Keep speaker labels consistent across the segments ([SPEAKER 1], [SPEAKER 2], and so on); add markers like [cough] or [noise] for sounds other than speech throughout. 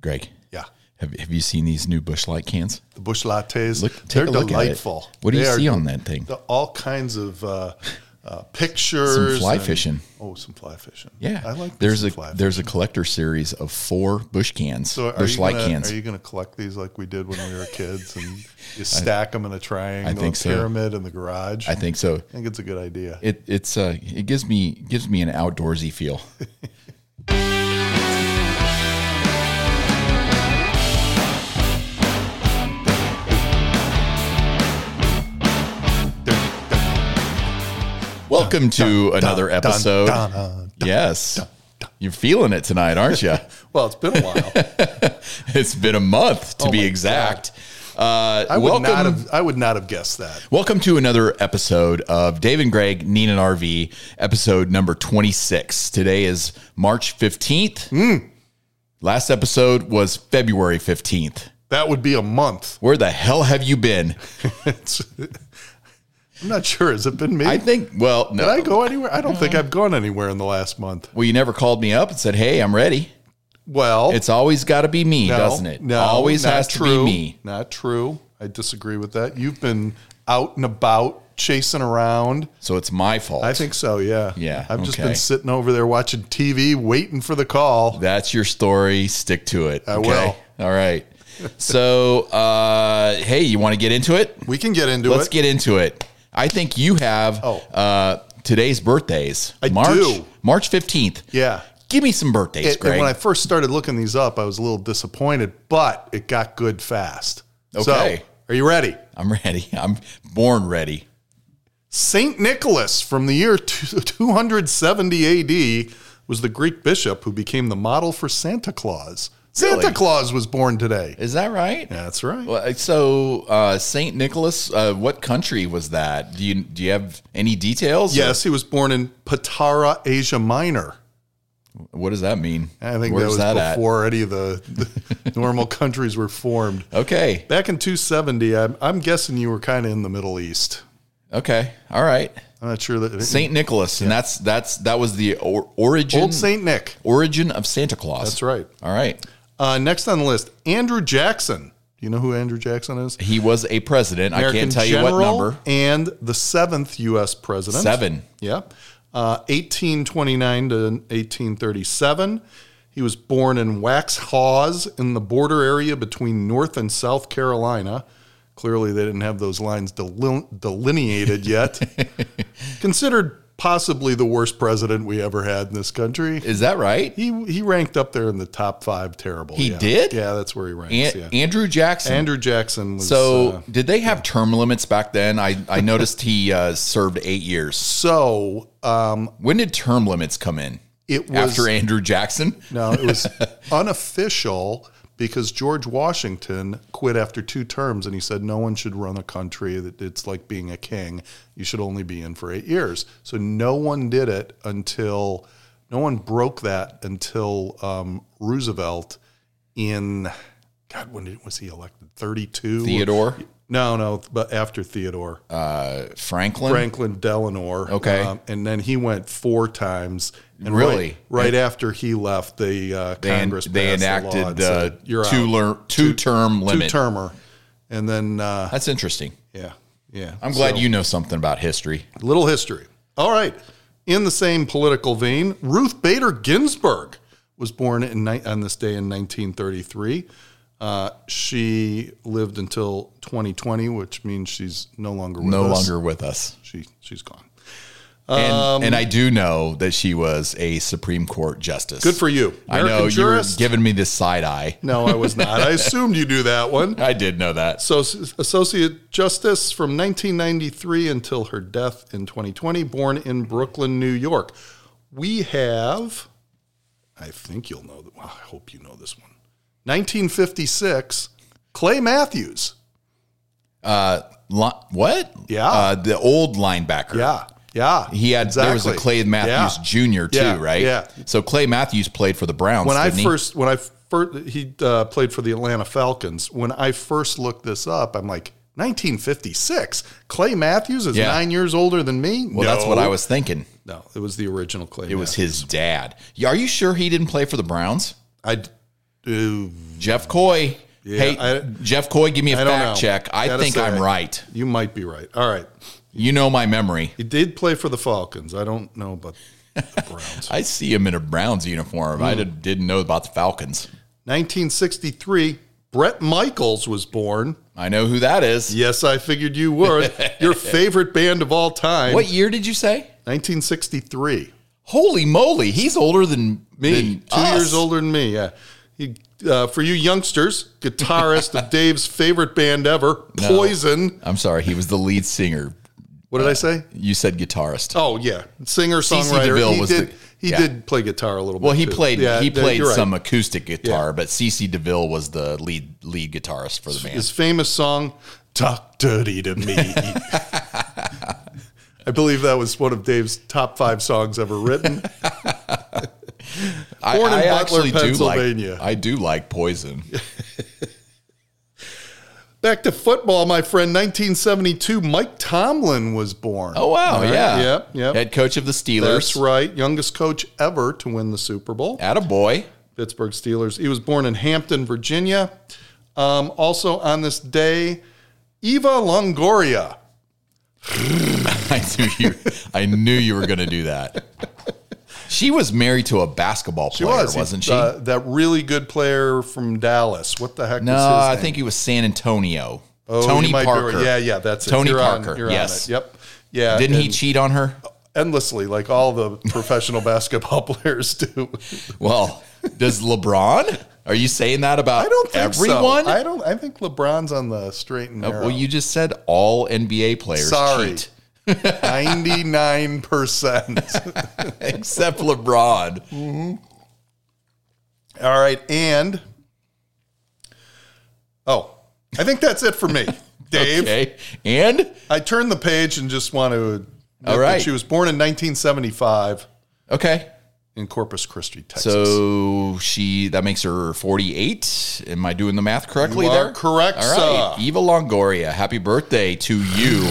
[SPEAKER 1] Greg,
[SPEAKER 2] Yeah.
[SPEAKER 1] have, have you seen these new Bush Light cans?
[SPEAKER 2] The bush lattes,
[SPEAKER 1] Look, take
[SPEAKER 2] they're
[SPEAKER 1] a look
[SPEAKER 2] delightful.
[SPEAKER 1] at it. What do you
[SPEAKER 2] They are
[SPEAKER 1] see on that thing?
[SPEAKER 2] the- all kinds of uh, uh, pictures.
[SPEAKER 1] Some fly
[SPEAKER 2] and-
[SPEAKER 1] fishing.
[SPEAKER 2] Oh, some fly fishing.
[SPEAKER 1] Yeah,
[SPEAKER 2] I like
[SPEAKER 1] there's
[SPEAKER 2] some
[SPEAKER 1] a
[SPEAKER 2] fly
[SPEAKER 1] there's a collector series of four bush cans,
[SPEAKER 2] So are
[SPEAKER 1] bush
[SPEAKER 2] you,
[SPEAKER 1] light
[SPEAKER 2] gonna,
[SPEAKER 1] cans.
[SPEAKER 2] are you gonna collect these like we did when we were kids
[SPEAKER 1] [laughs]
[SPEAKER 2] and you stack them in a triangle,
[SPEAKER 1] think
[SPEAKER 2] a
[SPEAKER 1] so.
[SPEAKER 2] pyramid in the garage?
[SPEAKER 1] I think so.
[SPEAKER 2] I think it's a good idea.
[SPEAKER 1] It it's uh it gives me gives me an outdoorsy
[SPEAKER 2] [laughs]
[SPEAKER 1] feel. Welcome to another
[SPEAKER 2] Dun, dun,
[SPEAKER 1] episode.
[SPEAKER 2] dun, dun, dun.
[SPEAKER 1] yes, you're feeling it tonight, aren't
[SPEAKER 2] [laughs]
[SPEAKER 1] you?
[SPEAKER 2] Well, it's been
[SPEAKER 1] [laughs]
[SPEAKER 2] a while.
[SPEAKER 1] it's been a month to
[SPEAKER 2] Oh
[SPEAKER 1] be
[SPEAKER 2] my
[SPEAKER 1] exact. Uh,
[SPEAKER 2] I would
[SPEAKER 1] welcome.
[SPEAKER 2] not have. I would not have guessed that.
[SPEAKER 1] Welcome to another episode of Dave and Greg, Nina and RV, episode number 26. Today is March 15th.
[SPEAKER 2] Hmm.
[SPEAKER 1] Last episode was February 15th.
[SPEAKER 2] That would be a month. [laughs]
[SPEAKER 1] Where the hell have you been?
[SPEAKER 2] It's- I'm not sure. Has it been me?
[SPEAKER 1] I think, well,
[SPEAKER 2] Did I
[SPEAKER 1] no.
[SPEAKER 2] go anywhere? I don't think I've gone anywhere in the last month.
[SPEAKER 1] Well, you never called me up and said, hey, I'm ready.
[SPEAKER 2] Well,
[SPEAKER 1] It's always got to be me, doesn't it? always
[SPEAKER 2] not
[SPEAKER 1] has to be
[SPEAKER 2] true.
[SPEAKER 1] me.
[SPEAKER 2] Not true. I disagree with that. You've been out and about, chasing around.
[SPEAKER 1] So it's my fault.
[SPEAKER 2] I think so. Yeah.
[SPEAKER 1] Yeah,
[SPEAKER 2] I've just
[SPEAKER 1] okay.
[SPEAKER 2] been sitting over there watching TV, waiting for the call.
[SPEAKER 1] That's your story. Stick to it. I
[SPEAKER 2] will.
[SPEAKER 1] All right. So, uh, hey, you want to get into it?
[SPEAKER 2] We can get into
[SPEAKER 1] Let's
[SPEAKER 2] it.
[SPEAKER 1] get into it. I think you have
[SPEAKER 2] Oh.
[SPEAKER 1] uh, today's birthdays.
[SPEAKER 2] I
[SPEAKER 1] March,
[SPEAKER 2] do.
[SPEAKER 1] March 15th.
[SPEAKER 2] yeah.
[SPEAKER 1] Give me some birthdays,
[SPEAKER 2] It-
[SPEAKER 1] Greg.
[SPEAKER 2] and when I first started looking these up, I was a little disappointed, but it got good fast.
[SPEAKER 1] Okay.
[SPEAKER 2] So, are you ready?
[SPEAKER 1] I'm ready. [laughs] I'm born ready.
[SPEAKER 2] Saint Nicholas from the year two- 270 AD was the Greek bishop who became the model for Santa Claus. Santa
[SPEAKER 1] Really?
[SPEAKER 2] Claus was born today.
[SPEAKER 1] Is that right?
[SPEAKER 2] That's right.
[SPEAKER 1] Well, So, uh, St. Nicholas, uh, what country was that? Do you do you have any details?
[SPEAKER 2] yes, he was born in Patara, Asia Minor.
[SPEAKER 1] What does that mean?
[SPEAKER 2] I think
[SPEAKER 1] Where's
[SPEAKER 2] that was
[SPEAKER 1] at?
[SPEAKER 2] before any of the,
[SPEAKER 1] [laughs]
[SPEAKER 2] the normal countries were formed.
[SPEAKER 1] Okay.
[SPEAKER 2] Back in 270, I'm, I'm guessing you were kind of in the Middle East.
[SPEAKER 1] Okay. All right.
[SPEAKER 2] I'm not sure that
[SPEAKER 1] St. Nicholas, and that's that's that was the or, origin
[SPEAKER 2] old Saint Nick.
[SPEAKER 1] origin of Santa Claus.
[SPEAKER 2] That's right.
[SPEAKER 1] All right.
[SPEAKER 2] Uh, next on the list, Andrew Jackson. Do you know who Andrew Jackson is?
[SPEAKER 1] He was a president. I can't tell you what
[SPEAKER 2] general
[SPEAKER 1] number.
[SPEAKER 2] And the seventh U.S. president.
[SPEAKER 1] Seven.
[SPEAKER 2] Yeah. Uh, 1829 to 1837. He was born in Wax Haws in the border area between North and South Carolina. Clearly, they didn't have those lines deline-
[SPEAKER 1] [laughs]
[SPEAKER 2] delineated yet. Considered possibly the worst president we ever had in this country.
[SPEAKER 1] Is that right?
[SPEAKER 2] He, he ranked up there in the top five terrible.
[SPEAKER 1] He
[SPEAKER 2] yeah.
[SPEAKER 1] did?
[SPEAKER 2] Yeah, that's where he ranks.
[SPEAKER 1] An-
[SPEAKER 2] yeah.
[SPEAKER 1] Andrew Jackson.
[SPEAKER 2] Andrew Jackson was
[SPEAKER 1] so,
[SPEAKER 2] uh,
[SPEAKER 1] did they have term limits back then? I, I noticed he uh, served eight years.
[SPEAKER 2] so um,
[SPEAKER 1] When did term limits come in?
[SPEAKER 2] it was
[SPEAKER 1] After Andrew Jackson?
[SPEAKER 2] no, it was [laughs] unofficial because George Washington quit after two terms and he said no one should run a country that it's like being a king. You should only be in for eight years. So no one did it until no one broke that until um, Roosevelt in God when did, was he elected? Thirty two.
[SPEAKER 1] Theodore?
[SPEAKER 2] No, no, but after Theodore.
[SPEAKER 1] Franklin?
[SPEAKER 2] Franklin Delano. um,
[SPEAKER 1] Okay.
[SPEAKER 2] and then he went four times. And
[SPEAKER 1] Really?
[SPEAKER 2] Right, right after he left, the uh,
[SPEAKER 1] And
[SPEAKER 2] Congress
[SPEAKER 1] they
[SPEAKER 2] passed the law
[SPEAKER 1] enacted
[SPEAKER 2] and
[SPEAKER 1] the
[SPEAKER 2] said, You're
[SPEAKER 1] two,
[SPEAKER 2] out.
[SPEAKER 1] lear- two term limit.
[SPEAKER 2] Two-termer. And then, uh,
[SPEAKER 1] That's interesting.
[SPEAKER 2] yeah, yeah.
[SPEAKER 1] I'm glad you know something about history.
[SPEAKER 2] Little history. All right. In the same political vein, Ruth Bader Ginsburg was born in, ni- on this day in 1933. Uh, she lived until 2020, which means she's no longer with
[SPEAKER 1] No
[SPEAKER 2] us.
[SPEAKER 1] longer with us.
[SPEAKER 2] She, she's gone. um,
[SPEAKER 1] and, and I do know that she was a Supreme Court justice.
[SPEAKER 2] Good for you.
[SPEAKER 1] I know
[SPEAKER 2] American
[SPEAKER 1] you were
[SPEAKER 2] jurist.
[SPEAKER 1] giving me this side eye.
[SPEAKER 2] No, I was not. I assumed you knew that one.
[SPEAKER 1] I did know that.
[SPEAKER 2] So, s- Associate Justice from 1993 until her death in 2020, born in Brooklyn, New York. We have, I think you'll know that. Well, I hope you know this one. 1956, Clay Matthews.
[SPEAKER 1] Uh, Li- what?
[SPEAKER 2] Yeah.
[SPEAKER 1] Uh, the old linebacker.
[SPEAKER 2] Yeah, yeah.
[SPEAKER 1] He had there was a Clay Matthews
[SPEAKER 2] Yeah.
[SPEAKER 1] Jr. too,
[SPEAKER 2] Yeah,
[SPEAKER 1] right?
[SPEAKER 2] yeah.
[SPEAKER 1] So Clay Matthews played for the Browns.
[SPEAKER 2] when I
[SPEAKER 1] didn't he?
[SPEAKER 2] first when I first he uh, played for the Atlanta Falcons. When I first looked this up, I'm like 1956. Clay Matthews is
[SPEAKER 1] Yeah.
[SPEAKER 2] nine years older than me.
[SPEAKER 1] well, that's what I was thinking.
[SPEAKER 2] No, it was the original Clay.
[SPEAKER 1] It was his dad. Yeah, Are you sure he didn't play for the Browns?
[SPEAKER 2] I. d- uh,
[SPEAKER 1] Jeff Coy.
[SPEAKER 2] Yeah,
[SPEAKER 1] hey,
[SPEAKER 2] I-
[SPEAKER 1] Jeff Coy, give me a
[SPEAKER 2] I don't
[SPEAKER 1] fact
[SPEAKER 2] know.
[SPEAKER 1] check. I
[SPEAKER 2] Gotta
[SPEAKER 1] think
[SPEAKER 2] say,
[SPEAKER 1] I'm right.
[SPEAKER 2] You might be right. All right.
[SPEAKER 1] You know my memory.
[SPEAKER 2] He did play for the Falcons. I don't know about [laughs] the Browns.
[SPEAKER 1] I see him in a Browns uniform.
[SPEAKER 2] Hmm.
[SPEAKER 1] I did, didn't know about the Falcons.
[SPEAKER 2] 1963, Brett Michaels was born.
[SPEAKER 1] I know who that is.
[SPEAKER 2] Yes, I figured you [laughs] would. Your favorite band of all time.
[SPEAKER 1] What year did you say?
[SPEAKER 2] 1963.
[SPEAKER 1] Holy moly, he's older than
[SPEAKER 2] Me,
[SPEAKER 1] than
[SPEAKER 2] two
[SPEAKER 1] us.
[SPEAKER 2] years older than me. Yeah. He, uh, for you youngsters, guitarist [laughs] of Dave's favorite band ever, Poison.
[SPEAKER 1] I'm sorry, he was the lead singer.
[SPEAKER 2] What did I say?
[SPEAKER 1] You said guitarist.
[SPEAKER 2] Oh yeah, singer
[SPEAKER 1] DeVille
[SPEAKER 2] songwriter. He
[SPEAKER 1] was
[SPEAKER 2] did.
[SPEAKER 1] the-
[SPEAKER 2] he
[SPEAKER 1] yeah.
[SPEAKER 2] did play guitar a little bit.
[SPEAKER 1] well, he
[SPEAKER 2] too.
[SPEAKER 1] played
[SPEAKER 2] Yeah,
[SPEAKER 1] he
[SPEAKER 2] yeah,
[SPEAKER 1] played
[SPEAKER 2] you're right.
[SPEAKER 1] some acoustic guitar, but CC DeVille was the lead lead guitarist for the band.
[SPEAKER 2] His famous song, "Talk Dirty
[SPEAKER 1] [laughs]
[SPEAKER 2] to Me." I believe that was one of Dave's top five songs
[SPEAKER 1] [laughs]
[SPEAKER 2] ever written.
[SPEAKER 1] I,
[SPEAKER 2] born in
[SPEAKER 1] I
[SPEAKER 2] Butler,
[SPEAKER 1] actually do
[SPEAKER 2] Pennsylvania.
[SPEAKER 1] like I do like Poison.
[SPEAKER 2] Back to football, my friend. 1972, Mike Tomlin was born.
[SPEAKER 1] Oh wow,
[SPEAKER 2] All right,
[SPEAKER 1] yeah.
[SPEAKER 2] Yep, yep.
[SPEAKER 1] Head coach of the
[SPEAKER 2] That's
[SPEAKER 1] Steelers.
[SPEAKER 2] right. Youngest coach ever to win the Super Bowl.
[SPEAKER 1] At a boy. [laughs]
[SPEAKER 2] Pittsburgh Steelers. He was born in Hampton, Virginia. Um, also on this day, Eva Longoria.
[SPEAKER 1] I knew you I knew you were gonna do that. She was married to a basketball player, was, not she?
[SPEAKER 2] Uh, that really good player from Dallas. What the heck
[SPEAKER 1] no,
[SPEAKER 2] was his
[SPEAKER 1] I
[SPEAKER 2] name?
[SPEAKER 1] think he was San Antonio.
[SPEAKER 2] Oh, you
[SPEAKER 1] Tony
[SPEAKER 2] might be
[SPEAKER 1] Parker.
[SPEAKER 2] right. Yeah, yeah, that's it.
[SPEAKER 1] Tony
[SPEAKER 2] You're on-
[SPEAKER 1] Parker,
[SPEAKER 2] you're on
[SPEAKER 1] yes.
[SPEAKER 2] it. Yep. Yeah.
[SPEAKER 1] Didn't he
[SPEAKER 2] and
[SPEAKER 1] cheat on her?
[SPEAKER 2] endlessly like
[SPEAKER 1] [laughs]
[SPEAKER 2] all the professional basketball [laughs] players do?
[SPEAKER 1] Well, does LeBron? Are you saying that about
[SPEAKER 2] I don't think so.
[SPEAKER 1] everyone?
[SPEAKER 2] I don't. I think LeBron's on the straight and narrow.
[SPEAKER 1] well, [laughs] you just said all NBA players
[SPEAKER 2] Sorry.
[SPEAKER 1] cheat [laughs]
[SPEAKER 2] Ninety nine percent. [laughs]
[SPEAKER 1] except LeBron.
[SPEAKER 2] All right, and oh, I think that's
[SPEAKER 1] [laughs]
[SPEAKER 2] it for me, Dave.
[SPEAKER 1] Okay. And
[SPEAKER 2] I turned the page and just want to. admit
[SPEAKER 1] All
[SPEAKER 2] that
[SPEAKER 1] right.
[SPEAKER 2] she was born in 1975
[SPEAKER 1] okay.
[SPEAKER 2] in Corpus Christi, Texas.
[SPEAKER 1] So she that makes her 48. Am I doing the math correctly
[SPEAKER 2] You are
[SPEAKER 1] there?
[SPEAKER 2] correct,
[SPEAKER 1] All right.
[SPEAKER 2] sir.
[SPEAKER 1] Eva Longoria, happy birthday to you.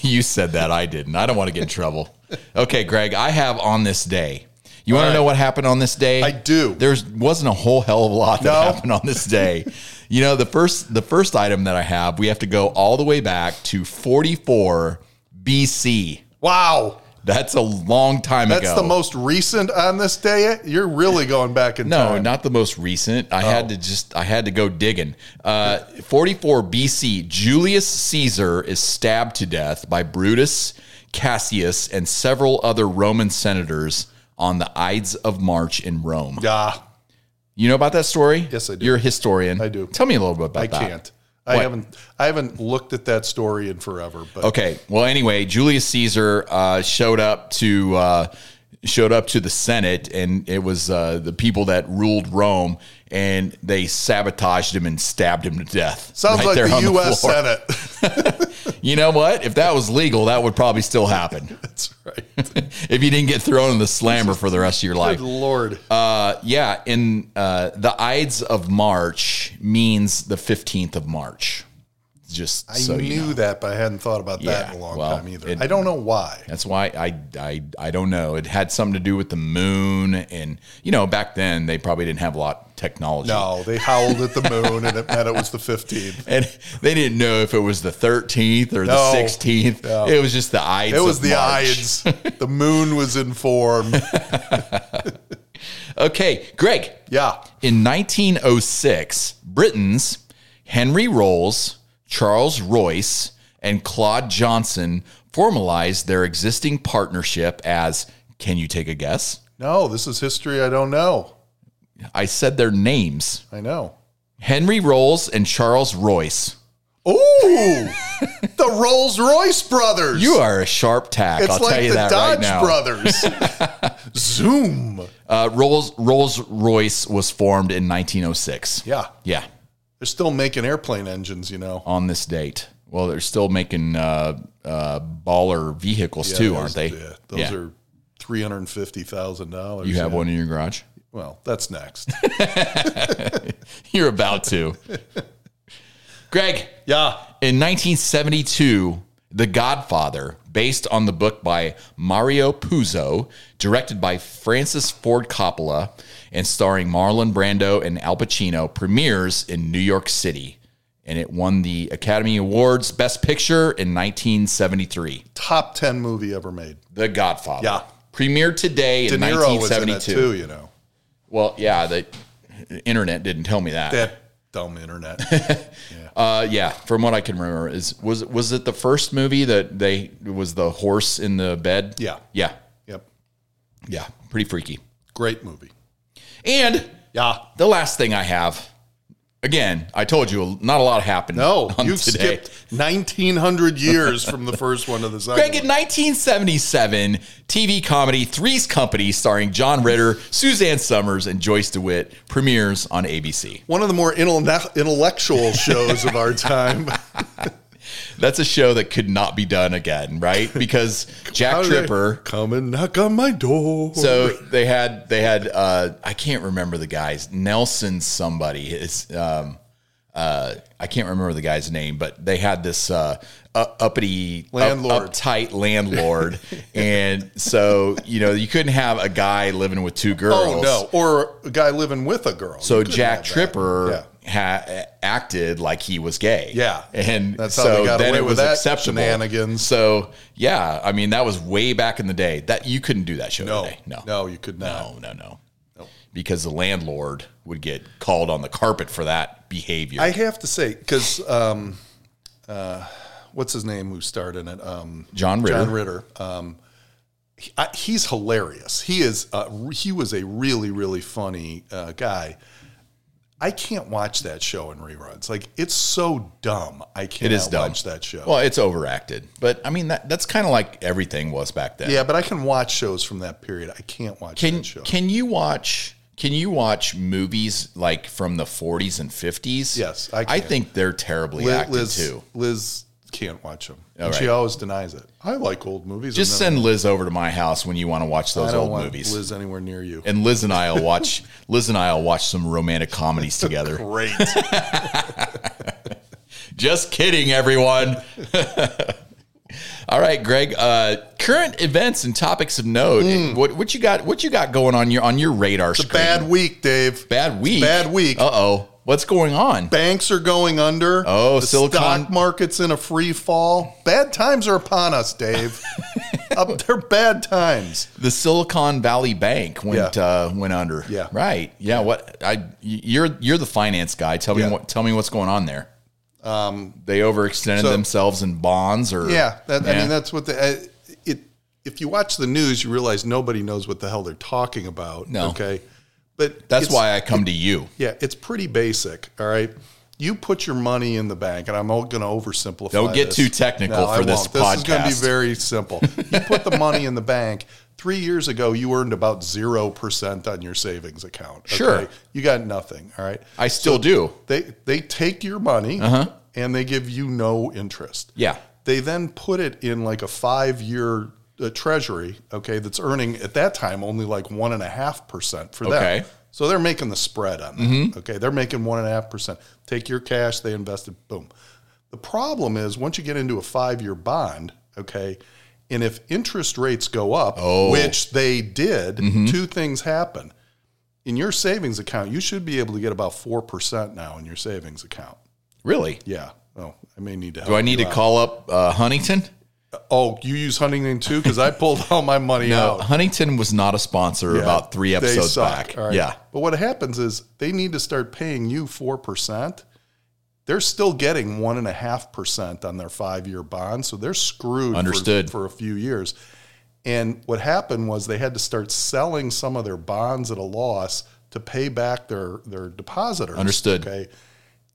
[SPEAKER 1] you said that I didn't. I don't want to get in trouble. Okay, Greg, I have on this day. You want
[SPEAKER 2] All
[SPEAKER 1] to
[SPEAKER 2] right.
[SPEAKER 1] know what happened on this day?
[SPEAKER 2] I do.
[SPEAKER 1] There wasn't a whole hell of a lot that
[SPEAKER 2] No.
[SPEAKER 1] happened on this day. you know, the first the first item that I have, we have to go all the way back to 44 BC.
[SPEAKER 2] wow,
[SPEAKER 1] That's a long time
[SPEAKER 2] that's
[SPEAKER 1] ago.
[SPEAKER 2] the most recent on this day. You're really going back
[SPEAKER 1] [laughs]
[SPEAKER 2] in
[SPEAKER 1] no,
[SPEAKER 2] time.
[SPEAKER 1] not the most recent. I
[SPEAKER 2] oh.
[SPEAKER 1] had to just I had to go digging. Uh, 44 BC, Julius Caesar is stabbed to death by Brutus, Cassius, and several other Roman senators on the Ides of March in Rome.
[SPEAKER 2] Yeah,
[SPEAKER 1] You know about that story?
[SPEAKER 2] Yes, I do.
[SPEAKER 1] You're a historian. I
[SPEAKER 2] do.
[SPEAKER 1] Tell me a little bit about
[SPEAKER 2] I
[SPEAKER 1] that.
[SPEAKER 2] can't. I haven't. I haven't looked at that story in forever. But
[SPEAKER 1] Okay. Well, anyway, Julius Caesar uh, showed up to uh, showed up to the Senate, and it was uh, the people that ruled Rome, and they sabotaged him and stabbed him to death.
[SPEAKER 2] sounds
[SPEAKER 1] right
[SPEAKER 2] like
[SPEAKER 1] there
[SPEAKER 2] the
[SPEAKER 1] on
[SPEAKER 2] U.S.
[SPEAKER 1] floor.
[SPEAKER 2] Senate. [laughs]
[SPEAKER 1] You know what? If that was legal, that would probably still happen. [laughs]
[SPEAKER 2] that's right.
[SPEAKER 1] if you didn't get thrown in the slammer for the rest of your life.
[SPEAKER 2] Good lord.
[SPEAKER 1] Uh, yeah, in uh, the Ides of March means the fifteenth of March. Just
[SPEAKER 2] I
[SPEAKER 1] so
[SPEAKER 2] knew
[SPEAKER 1] you know.
[SPEAKER 2] that, but I hadn't thought about that
[SPEAKER 1] Yeah,
[SPEAKER 2] in a long
[SPEAKER 1] well,
[SPEAKER 2] time either.
[SPEAKER 1] it-
[SPEAKER 2] I don't know why.
[SPEAKER 1] That's why I, I I don't know. It had something to do with the moon, and you know, back then they probably didn't have a lot of technology.
[SPEAKER 2] No, they
[SPEAKER 1] [laughs]
[SPEAKER 2] howled at the moon and it meant it was the 15th.
[SPEAKER 1] And [laughs] they didn't know if it was the 13th or
[SPEAKER 2] No.
[SPEAKER 1] the 16th. It was just the Ides.
[SPEAKER 2] It was
[SPEAKER 1] of
[SPEAKER 2] the
[SPEAKER 1] March. [laughs]
[SPEAKER 2] Ides. The moon was in form.
[SPEAKER 1] Okay, Greg.
[SPEAKER 2] Yeah.
[SPEAKER 1] In 1906, Britain's Henry Rolls, Charles Royce, and Claude Johnson formalized their existing partnership as. Can you take a guess?
[SPEAKER 2] No, this is history I don't know.
[SPEAKER 1] I said their names.
[SPEAKER 2] I know.
[SPEAKER 1] Henry Rolls and Charles Royce.
[SPEAKER 2] Ooh,
[SPEAKER 1] [laughs]
[SPEAKER 2] the Rolls Royce brothers.
[SPEAKER 1] You are a sharp tack.
[SPEAKER 2] It's
[SPEAKER 1] I'll
[SPEAKER 2] like
[SPEAKER 1] tell you
[SPEAKER 2] the
[SPEAKER 1] that
[SPEAKER 2] Dodge
[SPEAKER 1] right now. [laughs]
[SPEAKER 2] brothers. Zoom.
[SPEAKER 1] Uh, Rolls Rolls Royce was formed in 1906.
[SPEAKER 2] Yeah.
[SPEAKER 1] Yeah,
[SPEAKER 2] They're still making airplane engines, you know.
[SPEAKER 1] on this date. Well, they're still making uh, uh, baller vehicles too,
[SPEAKER 2] Those-
[SPEAKER 1] aren't they?
[SPEAKER 2] Yeah, those
[SPEAKER 1] Yeah.
[SPEAKER 2] are $350,000.
[SPEAKER 1] You have one in your garage. [laughs]
[SPEAKER 2] Well, that's next.
[SPEAKER 1] You're about
[SPEAKER 2] [laughs]
[SPEAKER 1] to. Greg,
[SPEAKER 2] yeah.
[SPEAKER 1] in 1972, The Godfather based on the book by Mario Puzo, directed by Francis Ford Coppola, and starring Marlon Brando and Al Pacino, premieres in New York City. And it won the Academy Awards Best Picture in 1973.
[SPEAKER 2] Top 10 movie ever made.
[SPEAKER 1] The Godfather.
[SPEAKER 2] Yeah.
[SPEAKER 1] Premiered today
[SPEAKER 2] De
[SPEAKER 1] in
[SPEAKER 2] Niro was in it
[SPEAKER 1] 1972.
[SPEAKER 2] too, you know.
[SPEAKER 1] Well, yeah, the internet didn't tell me that.
[SPEAKER 2] That
[SPEAKER 1] [laughs]
[SPEAKER 2] dumb internet.
[SPEAKER 1] Uh, yeah, from what I can remember, is was was it the first movie that they was the horse in the bed?
[SPEAKER 2] Yeah.
[SPEAKER 1] yeah,
[SPEAKER 2] yep.
[SPEAKER 1] yeah, pretty freaky.
[SPEAKER 2] Great movie.
[SPEAKER 1] And
[SPEAKER 2] Yeah.
[SPEAKER 1] the last thing I have, again, I told you not a lot happened.
[SPEAKER 2] No,
[SPEAKER 1] [laughs] on
[SPEAKER 2] you've
[SPEAKER 1] today.
[SPEAKER 2] skipped 1900 years from the first one to the second.
[SPEAKER 1] Greg,
[SPEAKER 2] one.
[SPEAKER 1] in 1977, TV comedy Three's Company, starring John Ritter, Suzanne Summers, and Joyce DeWitt, premieres on ABC.
[SPEAKER 2] One of the more intelle- intellectual shows of
[SPEAKER 1] [laughs]
[SPEAKER 2] our time.
[SPEAKER 1] That's a show that could not be done again,
[SPEAKER 2] [laughs]
[SPEAKER 1] right? Because Jack Tripper.
[SPEAKER 2] Come and knock on my door.
[SPEAKER 1] So they had they had uh, I can't remember the guys Nelson somebody is um, uh, I can't remember the guy's name but they had this uh, u- uppity up-
[SPEAKER 2] Landlord.
[SPEAKER 1] uptight landlord
[SPEAKER 2] [laughs]
[SPEAKER 1] and so you know you couldn't have a guy living with two girls
[SPEAKER 2] oh, no. Or a guy living with a girl.
[SPEAKER 1] so
[SPEAKER 2] You couldn't
[SPEAKER 1] Jack
[SPEAKER 2] have that.
[SPEAKER 1] Tripper ha- acted like he was gay.
[SPEAKER 2] Yeah.
[SPEAKER 1] and
[SPEAKER 2] That's how
[SPEAKER 1] so
[SPEAKER 2] they got
[SPEAKER 1] then
[SPEAKER 2] away
[SPEAKER 1] it
[SPEAKER 2] with
[SPEAKER 1] was
[SPEAKER 2] that
[SPEAKER 1] acceptable.
[SPEAKER 2] shenanigans.
[SPEAKER 1] So yeah, I mean that was way back in the day. That you couldn't do that show
[SPEAKER 2] No,
[SPEAKER 1] today. No,
[SPEAKER 2] no, you could not.
[SPEAKER 1] no, no, no, because the landlord would get called on the carpet for that behavior.
[SPEAKER 2] I have to say, because um, uh, what's his name who starred in it? Um,
[SPEAKER 1] John Ritter.
[SPEAKER 2] John Ritter. Um, he- I, he's hilarious. He is. Uh, he was a really, really funny uh, guy. I can't watch that show in reruns. Like it's so dumb. I can't
[SPEAKER 1] is dumb.
[SPEAKER 2] watch that show.
[SPEAKER 1] Well, it's overacted, but I mean that that's kind of like everything was back then.
[SPEAKER 2] yeah, but I can watch shows from that period. I can't watch
[SPEAKER 1] Can
[SPEAKER 2] that show.
[SPEAKER 1] can you watch? Can you watch movies like from the 40s and 50s?
[SPEAKER 2] Yes, I can.
[SPEAKER 1] think they're terribly
[SPEAKER 2] Li-
[SPEAKER 1] acted
[SPEAKER 2] Liz,
[SPEAKER 1] too.
[SPEAKER 2] Liz can't watch them. and
[SPEAKER 1] All
[SPEAKER 2] She
[SPEAKER 1] right.
[SPEAKER 2] always denies it. I like old movies.
[SPEAKER 1] Just
[SPEAKER 2] and
[SPEAKER 1] send Liz over to my house when you want to watch
[SPEAKER 2] then
[SPEAKER 1] those
[SPEAKER 2] I don't
[SPEAKER 1] old
[SPEAKER 2] want
[SPEAKER 1] movies.
[SPEAKER 2] Liz anywhere near you.
[SPEAKER 1] And Liz and I'll watch Liz and I'll watch some romantic
[SPEAKER 2] [laughs]
[SPEAKER 1] comedies together. [laughs]
[SPEAKER 2] Great.
[SPEAKER 1] Just kidding,
[SPEAKER 2] [laughs]
[SPEAKER 1] everyone. All right, Greg. Uh, current events and topics of note. What, what you got? What you got going on your on your radar screen?
[SPEAKER 2] Hmm. Bad week, Dave.
[SPEAKER 1] bad week.
[SPEAKER 2] bad week.
[SPEAKER 1] Uh oh. What's going on?
[SPEAKER 2] Banks are going under.
[SPEAKER 1] Oh,
[SPEAKER 2] the
[SPEAKER 1] Silicon-
[SPEAKER 2] stock market's in a free fall. Bad times are upon us,
[SPEAKER 1] [laughs]
[SPEAKER 2] Dave. Up there, bad times.
[SPEAKER 1] the Silicon Valley Bank went
[SPEAKER 2] Yeah.
[SPEAKER 1] uh, went under.
[SPEAKER 2] Yeah.
[SPEAKER 1] Right. Yeah. What I you're you're the finance guy. Tell me
[SPEAKER 2] Yeah.
[SPEAKER 1] what tell me what's going on there. Um, they overextended themselves in bonds or
[SPEAKER 2] Yeah, that, I
[SPEAKER 1] Yeah.
[SPEAKER 2] mean that's what the uh, it. If you watch the news, you realize nobody knows what the hell they're talking about.
[SPEAKER 1] No.
[SPEAKER 2] okay, but
[SPEAKER 1] That's
[SPEAKER 2] it's-
[SPEAKER 1] why I come to you.
[SPEAKER 2] Yeah, it's pretty basic. All right. You put your money in the bank, and I'm going to oversimplify.
[SPEAKER 1] Don't get
[SPEAKER 2] this.
[SPEAKER 1] too technical
[SPEAKER 2] No, I
[SPEAKER 1] for this
[SPEAKER 2] won't. This is going to be
[SPEAKER 1] podcast. [laughs]
[SPEAKER 2] very simple. You put the money in the bank. Three years ago, you earned about zero percent on your savings account. okay?
[SPEAKER 1] Sure.
[SPEAKER 2] you got nothing. All right,
[SPEAKER 1] I still do.
[SPEAKER 2] they they take your money and they give you no interest.
[SPEAKER 1] Uh-huh. Yeah.
[SPEAKER 2] They then put it in like a five year uh, treasury, okay, that's earning at that time only like one and a half percent for
[SPEAKER 1] Okay. Mm-hmm.
[SPEAKER 2] them. So they're making the spread on that. Okay, they're making one and a half percent. Take your cash, they invest it, boom. The problem is once you get into a five year bond, okay, and if interest rates go up,
[SPEAKER 1] Oh.
[SPEAKER 2] which they did,
[SPEAKER 1] Mm-hmm.
[SPEAKER 2] two things happen in your savings account, you should be able to get about four percent now in your savings account.
[SPEAKER 1] Really?
[SPEAKER 2] Yeah. Oh, I may need to. Help
[SPEAKER 1] Do I need to call up uh, Huntington?
[SPEAKER 2] Oh, you use Huntington too? Because I pulled all my money
[SPEAKER 1] No,
[SPEAKER 2] out
[SPEAKER 1] Huntington was not a sponsor
[SPEAKER 2] Oh. Yeah,
[SPEAKER 1] about three
[SPEAKER 2] they
[SPEAKER 1] episodes
[SPEAKER 2] suck,
[SPEAKER 1] back.
[SPEAKER 2] all right?
[SPEAKER 1] Yeah.
[SPEAKER 2] But what happens is they need to start paying you four percent. They're still getting one and a half percent on their five-year bond, so they're screwed. for-
[SPEAKER 1] Understood.
[SPEAKER 2] for a few years. And what happened was they had to start selling some of their bonds at a loss to pay back their their depositors.
[SPEAKER 1] Understood.
[SPEAKER 2] Okay.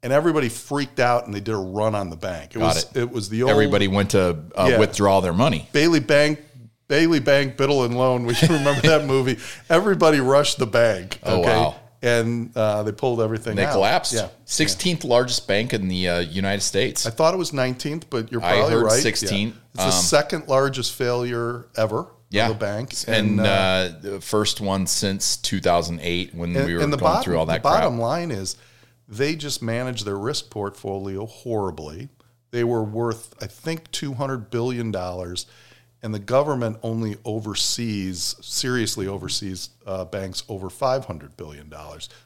[SPEAKER 2] And everybody freaked out and they did a run on the bank. It was
[SPEAKER 1] it.
[SPEAKER 2] it. was the old
[SPEAKER 1] Everybody went to uh,
[SPEAKER 2] Yeah.
[SPEAKER 1] withdraw their money.
[SPEAKER 2] Bailey Bank Bailey Bank Biddle and Loan. We can
[SPEAKER 1] [laughs]
[SPEAKER 2] remember that movie. Everybody rushed the bank.
[SPEAKER 1] Oh, wow.
[SPEAKER 2] And uh, they pulled everything.
[SPEAKER 1] They
[SPEAKER 2] out.
[SPEAKER 1] collapsed.
[SPEAKER 2] Yeah.
[SPEAKER 1] 16th largest bank in the uh, United States.
[SPEAKER 2] I thought it was 19th, but you're
[SPEAKER 1] I
[SPEAKER 2] probably
[SPEAKER 1] heard
[SPEAKER 2] right.
[SPEAKER 1] 16th.
[SPEAKER 2] Yeah. It's the second largest failure ever.
[SPEAKER 1] yeah.
[SPEAKER 2] Of a bank.
[SPEAKER 1] And, uh, the first one since 2008 when we were going through all that
[SPEAKER 2] the
[SPEAKER 1] crap.
[SPEAKER 2] bottom line is they just manage their risk portfolio horribly. They were worth, I think, $200 billion. And the government only oversees, seriously oversees uh, banks over $500 billion.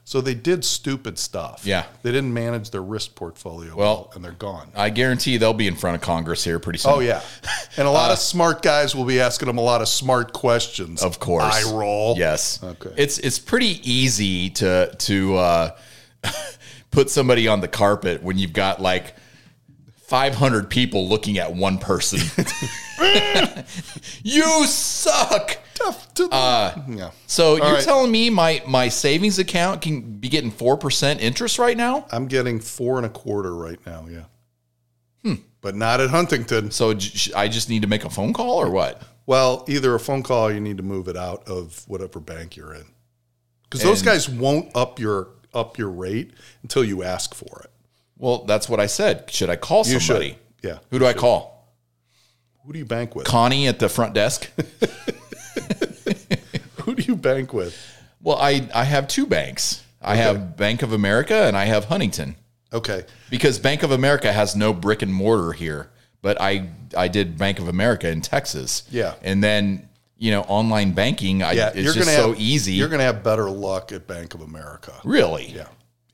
[SPEAKER 2] So they did stupid stuff.
[SPEAKER 1] Yeah.
[SPEAKER 2] They didn't manage their risk portfolio well,
[SPEAKER 1] Well-
[SPEAKER 2] and they're gone.
[SPEAKER 1] I guarantee they'll be in front of Congress here pretty soon.
[SPEAKER 2] Oh, yeah.
[SPEAKER 1] [laughs]
[SPEAKER 2] And
[SPEAKER 1] Uh,
[SPEAKER 2] a lot of smart guys will be asking them a lot of smart questions.
[SPEAKER 1] Of course.
[SPEAKER 2] Eye roll.
[SPEAKER 1] Yes.
[SPEAKER 2] Okay.
[SPEAKER 1] It's it's pretty easy to to uh, [laughs] put somebody on the carpet when you've got like 500 people looking at one person. [laughs] you suck.
[SPEAKER 2] Tough to-
[SPEAKER 1] Uh,
[SPEAKER 2] yeah.
[SPEAKER 1] So you're
[SPEAKER 2] right.
[SPEAKER 1] telling me my my savings account can be getting 4% interest right now?
[SPEAKER 2] I'm getting four and a quarter right now. Yeah.
[SPEAKER 1] Hmm.
[SPEAKER 2] But not at Huntington.
[SPEAKER 1] So j- sh- I just need to make a phone call or what?
[SPEAKER 2] Well, either a phone call, or you need to move it out of whatever bank you're in, because those
[SPEAKER 1] And-
[SPEAKER 2] guys won't up your up your rate until you ask for it.
[SPEAKER 1] Well, that's what I said. Should I call
[SPEAKER 2] You should.
[SPEAKER 1] somebody?
[SPEAKER 2] Yeah.
[SPEAKER 1] Who do I call?
[SPEAKER 2] Who do you bank with? [laughs]
[SPEAKER 1] Connie at the front desk?
[SPEAKER 2] Who do you bank with?
[SPEAKER 1] Well, I, I have two banks. I have Bank of America and I have Huntington
[SPEAKER 2] Okay.
[SPEAKER 1] because Bank of America has no brick and mortar here. But I I did Bank of America in Texas.
[SPEAKER 2] Yeah.
[SPEAKER 1] and then you know online banking. I,
[SPEAKER 2] Yeah,
[SPEAKER 1] it's just so
[SPEAKER 2] have,
[SPEAKER 1] easy.
[SPEAKER 2] You're gonna have better luck at Bank of America.
[SPEAKER 1] really,
[SPEAKER 2] Yeah.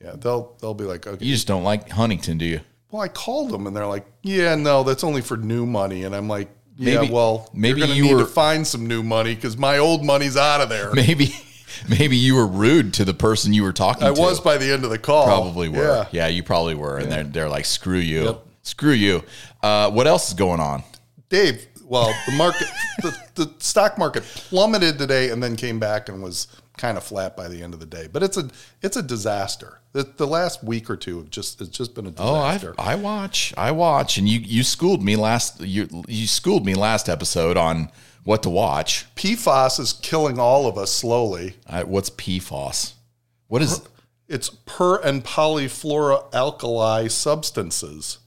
[SPEAKER 2] Yeah. They'll they'll be like, okay.
[SPEAKER 1] you just don't like Huntington, do you? [laughs]
[SPEAKER 2] Well, I called them and they're like, yeah, no, that's only for new money. And I'm like, yeah,
[SPEAKER 1] Maybe-
[SPEAKER 2] well,
[SPEAKER 1] maybe
[SPEAKER 2] you're going
[SPEAKER 1] you
[SPEAKER 2] to need
[SPEAKER 1] were-
[SPEAKER 2] to find some new money because my old money's out of there.
[SPEAKER 1] Maybe maybe you were rude to the person you were talking
[SPEAKER 2] I
[SPEAKER 1] to.
[SPEAKER 2] was by the end of the call.
[SPEAKER 1] probably were. Yeah,
[SPEAKER 2] Yeah.
[SPEAKER 1] you probably were. And they're they're like screw you, screw you. Uh, what else is going on?
[SPEAKER 2] Dave, well, the market, the, the stock market plummeted today and then came back and was kind of flat by the end of the day. But it's a it's a disaster. The, the last week or two have just it's just been a
[SPEAKER 1] Oh, I,
[SPEAKER 2] disaster.
[SPEAKER 1] I watch, I watch, and you you schooled me last you you schooled me last episode on what to watch.
[SPEAKER 2] PFAS is killing all of us slowly.
[SPEAKER 1] Uh, what's PFOS? What is?
[SPEAKER 2] It's per and polyfluoroalkali substances.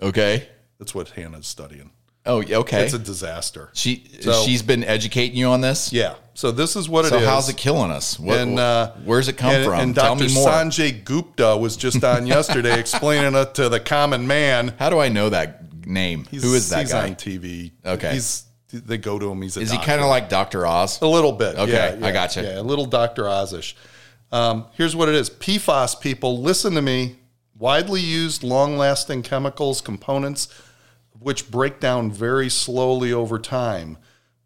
[SPEAKER 1] Okay.
[SPEAKER 2] That's what Hannah's studying.
[SPEAKER 1] Oh, yeah, okay.
[SPEAKER 2] It's a disaster.
[SPEAKER 1] she
[SPEAKER 2] So-
[SPEAKER 1] she's been educating you on this.
[SPEAKER 2] Yeah. So this is what it
[SPEAKER 1] So
[SPEAKER 2] is.
[SPEAKER 1] how's it killing us? What,
[SPEAKER 2] And, uh,
[SPEAKER 1] where's it come
[SPEAKER 2] and,
[SPEAKER 1] from?
[SPEAKER 2] And
[SPEAKER 1] Tell
[SPEAKER 2] Dr.
[SPEAKER 1] me more.
[SPEAKER 2] Sanjay Gupta was just
[SPEAKER 1] [laughs]
[SPEAKER 2] on yesterday explaining it to the common man.
[SPEAKER 1] How do I know that name? Who is that
[SPEAKER 2] he's
[SPEAKER 1] guy?
[SPEAKER 2] on TV.
[SPEAKER 1] Okay.
[SPEAKER 2] He's they go to him. He's a
[SPEAKER 1] Is he
[SPEAKER 2] doctor. Oh.
[SPEAKER 1] kind of like Doctor Oz?
[SPEAKER 2] a little bit?
[SPEAKER 1] Okay,
[SPEAKER 2] Yeah,
[SPEAKER 1] I
[SPEAKER 2] yeah,
[SPEAKER 1] gotcha.
[SPEAKER 2] Yeah, a little Dr. Ozish. Um, here's what it is: PFAS. People, listen to me. Widely used, long-lasting chemicals components which break down very slowly over time.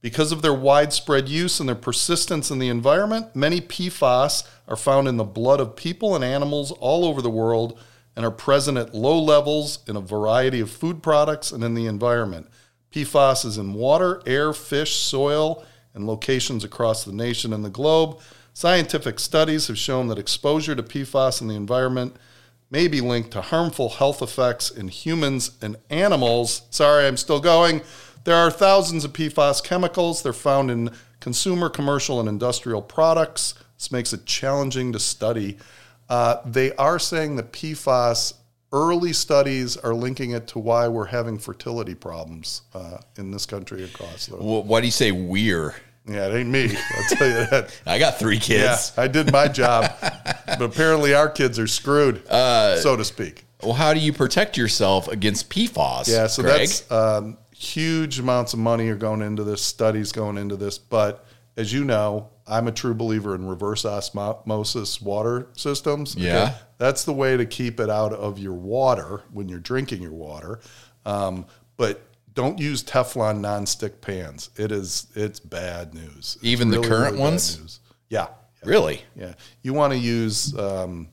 [SPEAKER 2] Because of their widespread use and their persistence in the environment, many PFAS are found in the blood of people and animals all over the world and are present at low levels in a variety of food products and in the environment. PFAS is in water, air, fish, soil, and locations across the nation and the globe. Scientific studies have shown that exposure to PFAS in the environment may be linked to harmful health effects in humans and animals. Sorry, I'm still going. There are thousands of PFAS chemicals. They're found in consumer, commercial, and industrial products. This makes it challenging to study. Uh, they are saying that PFAS early studies are linking it to why we're having fertility problems uh, in this country across the world.
[SPEAKER 1] Wh- Why do you say we're?
[SPEAKER 2] Yeah, it ain't me. I'll tell you that.
[SPEAKER 1] I got three
[SPEAKER 2] Yeah,
[SPEAKER 1] kids.
[SPEAKER 2] I did my job, but apparently our kids are screwed, so to speak.
[SPEAKER 1] Well, how do you protect yourself against PFOS?
[SPEAKER 2] Yeah, so
[SPEAKER 1] Greg?
[SPEAKER 2] that's um, huge amounts of money are going into this, studies going into this. But as you know, I'm a true believer in reverse osmosis water systems.
[SPEAKER 1] Yeah.
[SPEAKER 2] That's the way to keep it out of your water when you're drinking your water. Um, but don't use Teflon nonstick pans. It is it's bad news. It's
[SPEAKER 1] Even the current
[SPEAKER 2] bad
[SPEAKER 1] ones?
[SPEAKER 2] news. Yeah.
[SPEAKER 1] really
[SPEAKER 2] Yeah, you want to use um,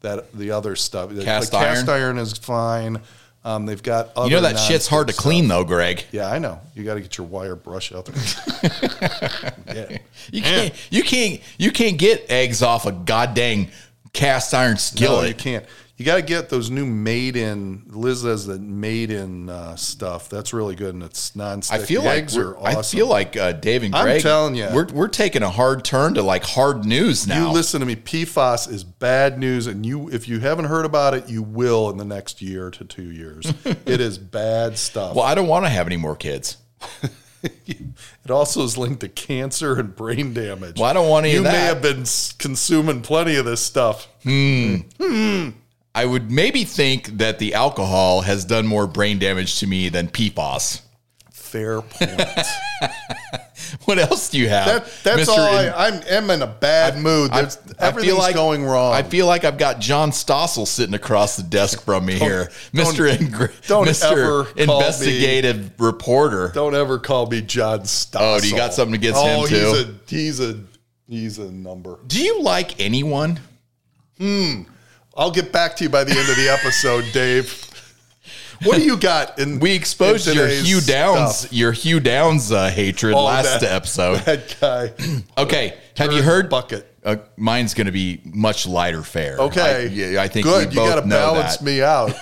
[SPEAKER 2] that the other stuff. The- the
[SPEAKER 1] Cast
[SPEAKER 2] cast iron is fine. Um, they've got other
[SPEAKER 1] You know that shit's
[SPEAKER 2] nonstick
[SPEAKER 1] hard to clean though, Greg.
[SPEAKER 2] yeah, I know. You got to get your wire brush out there.
[SPEAKER 1] [laughs]
[SPEAKER 2] yeah.
[SPEAKER 1] You can't you can't you can't get eggs off a goddamn cast iron
[SPEAKER 2] No, you
[SPEAKER 1] skillet.
[SPEAKER 2] can't. You got to get those new made in. Liz has the made in uh, stuff. That's really good, and it's nonstick.
[SPEAKER 1] I feel
[SPEAKER 2] The
[SPEAKER 1] like
[SPEAKER 2] eggs are
[SPEAKER 1] we're-
[SPEAKER 2] awesome.
[SPEAKER 1] I feel like uh, Dave and
[SPEAKER 2] I'm
[SPEAKER 1] Greg.
[SPEAKER 2] telling ya.
[SPEAKER 1] we're we're taking a hard turn to like hard news
[SPEAKER 2] you
[SPEAKER 1] now.
[SPEAKER 2] listen to me. PFAS is bad news, and you if you haven't heard about it, you will in the next year to two
[SPEAKER 1] [laughs]
[SPEAKER 2] years. it is bad stuff.
[SPEAKER 1] well, I don't want to have any more kids.
[SPEAKER 2] It also is linked to cancer and brain damage.
[SPEAKER 1] Well, I don't want any
[SPEAKER 2] You
[SPEAKER 1] of
[SPEAKER 2] may
[SPEAKER 1] that.
[SPEAKER 2] have been s- consuming plenty of this stuff.
[SPEAKER 1] I would maybe think that the alcohol has done more brain damage to me than PFAS.
[SPEAKER 2] Fair point.
[SPEAKER 1] [laughs] What else do you have?
[SPEAKER 2] That, that's
[SPEAKER 1] Mr.
[SPEAKER 2] all. I,
[SPEAKER 1] In-
[SPEAKER 2] I'm, am in a bad mood. There's,
[SPEAKER 1] I feel
[SPEAKER 2] everything's
[SPEAKER 1] like-
[SPEAKER 2] going wrong.
[SPEAKER 1] I feel like I've got John Stossel sitting across the desk from
[SPEAKER 2] [laughs]
[SPEAKER 1] me here, Mister Ingr-
[SPEAKER 2] don't ever
[SPEAKER 1] Mister
[SPEAKER 2] call me-
[SPEAKER 1] Investigative Reporter.
[SPEAKER 2] Don't ever call me John Stossel.
[SPEAKER 1] Oh, do you got something against him, too?
[SPEAKER 2] He's a he's a he's a number.
[SPEAKER 1] Do you like anyone?
[SPEAKER 2] I'll get back to you by the end of the episode, [laughs] Dave. What do you got? In
[SPEAKER 1] We exposed
[SPEAKER 2] in
[SPEAKER 1] your
[SPEAKER 2] today's
[SPEAKER 1] Hugh Downs,
[SPEAKER 2] stuff?
[SPEAKER 1] your Hugh Downs uh, hatred
[SPEAKER 2] Oh,
[SPEAKER 1] last
[SPEAKER 2] that-
[SPEAKER 1] episode.
[SPEAKER 2] That guy.
[SPEAKER 1] Okay, have you heard?
[SPEAKER 2] bucket?
[SPEAKER 1] Uh, mine's going to be much lighter fare.
[SPEAKER 2] Okay.
[SPEAKER 1] I, yeah, I think
[SPEAKER 2] Good.
[SPEAKER 1] We
[SPEAKER 2] you
[SPEAKER 1] both
[SPEAKER 2] got to
[SPEAKER 1] know
[SPEAKER 2] balance
[SPEAKER 1] that.
[SPEAKER 2] me out.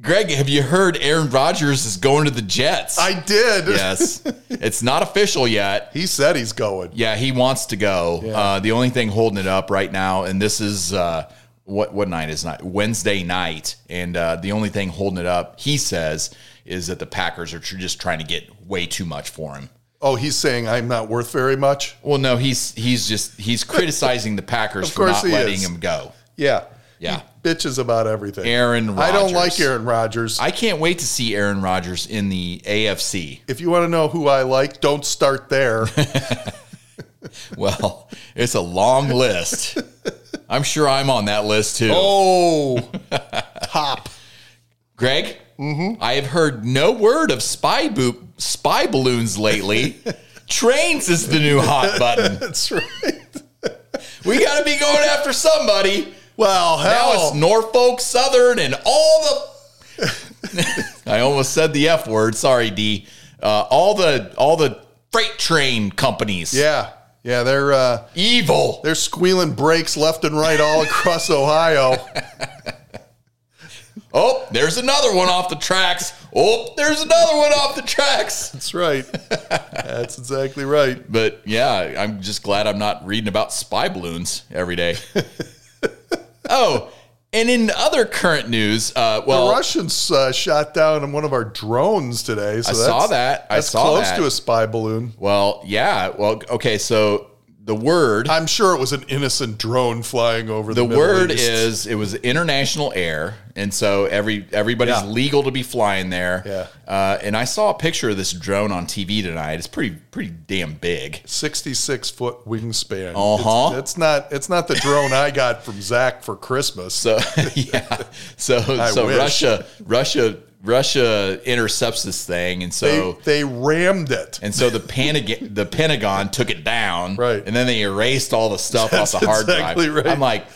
[SPEAKER 1] Greg, have you heard Aaron Rodgers is going to the Jets?
[SPEAKER 2] I did. [laughs]
[SPEAKER 1] yes, it's not official yet.
[SPEAKER 2] He said he's going.
[SPEAKER 1] Yeah, he wants to go. Uh, the only thing holding it up right now, and this is uh, what what night is night Wednesday night, and uh, the only thing holding it up, he says, is that the Packers are tr- just trying to get way too much for him.
[SPEAKER 2] Oh, he's saying I'm not worth very much.
[SPEAKER 1] Well, no, he's he's just he's criticizing the
[SPEAKER 2] [laughs]
[SPEAKER 1] Packers for
[SPEAKER 2] course
[SPEAKER 1] not
[SPEAKER 2] he
[SPEAKER 1] letting
[SPEAKER 2] is. Hmm.
[SPEAKER 1] him go.
[SPEAKER 2] Yeah.
[SPEAKER 1] Yeah.
[SPEAKER 2] He bitches about everything.
[SPEAKER 1] Aaron
[SPEAKER 2] I
[SPEAKER 1] Rodgers.
[SPEAKER 2] don't like Aaron Rodgers.
[SPEAKER 1] I can't wait to see Aaron Rodgers in the AFC.
[SPEAKER 2] if you want to know who I like, don't
[SPEAKER 1] [laughs]
[SPEAKER 2] start there.
[SPEAKER 1] Well, [laughs] it's a long
[SPEAKER 2] [laughs]
[SPEAKER 1] list. I'm sure I'm on that list too.
[SPEAKER 2] oh,
[SPEAKER 1] [laughs]
[SPEAKER 2] top.
[SPEAKER 1] Greg, I have heard no word of spy boop, spy balloons
[SPEAKER 2] [laughs]
[SPEAKER 1] lately. Trains is the new hot button.
[SPEAKER 2] That's right.
[SPEAKER 1] We got to be going after somebody.
[SPEAKER 2] Well,
[SPEAKER 1] Now
[SPEAKER 2] hell.
[SPEAKER 1] it's Norfolk Southern and all the. [laughs] I almost said the f word. Sorry, D. Uh, all the all the freight train companies.
[SPEAKER 2] yeah. Yeah, they're uh,
[SPEAKER 1] Evil.
[SPEAKER 2] they're squealing brakes left and right all across
[SPEAKER 1] [laughs]
[SPEAKER 2] Ohio.
[SPEAKER 1] Oh, there's another one off the tracks. Oh, there's another one off the tracks.
[SPEAKER 2] That's right. That's exactly right.
[SPEAKER 1] But yeah, I'm just glad I'm not reading about spy balloons every
[SPEAKER 2] [laughs]
[SPEAKER 1] day. oh, and in other current news, uh,
[SPEAKER 2] The
[SPEAKER 1] well,
[SPEAKER 2] Russians uh, shot down one of our drones today. So
[SPEAKER 1] I
[SPEAKER 2] that's,
[SPEAKER 1] saw that. I
[SPEAKER 2] That's
[SPEAKER 1] saw
[SPEAKER 2] close
[SPEAKER 1] that.
[SPEAKER 2] to a spy balloon.
[SPEAKER 1] well, yeah, well, okay. So the word,
[SPEAKER 2] I'm sure it was an innocent drone flying over the,
[SPEAKER 1] the
[SPEAKER 2] Middle
[SPEAKER 1] word
[SPEAKER 2] East.
[SPEAKER 1] is, it was international air, and so every everybody's
[SPEAKER 2] Yeah.
[SPEAKER 1] legal to be flying there.
[SPEAKER 2] Yeah.
[SPEAKER 1] Uh, and I saw a picture of this drone on TV tonight. It's pretty pretty damn big.
[SPEAKER 2] 66 foot wingspan.
[SPEAKER 1] Uh-huh.
[SPEAKER 2] It's, it's not it's not the drone I got from Zach for Christmas.
[SPEAKER 1] So [laughs] yeah, so so
[SPEAKER 2] wish.
[SPEAKER 1] Russia Russia Russia intercepts this thing, and so
[SPEAKER 2] they, they rammed it.
[SPEAKER 1] And so the Pentagon, the Pentagon took it down,
[SPEAKER 2] Right.
[SPEAKER 1] And then they erased all the stuff off the hard
[SPEAKER 2] exactly
[SPEAKER 1] drive.
[SPEAKER 2] right.
[SPEAKER 1] I'm like,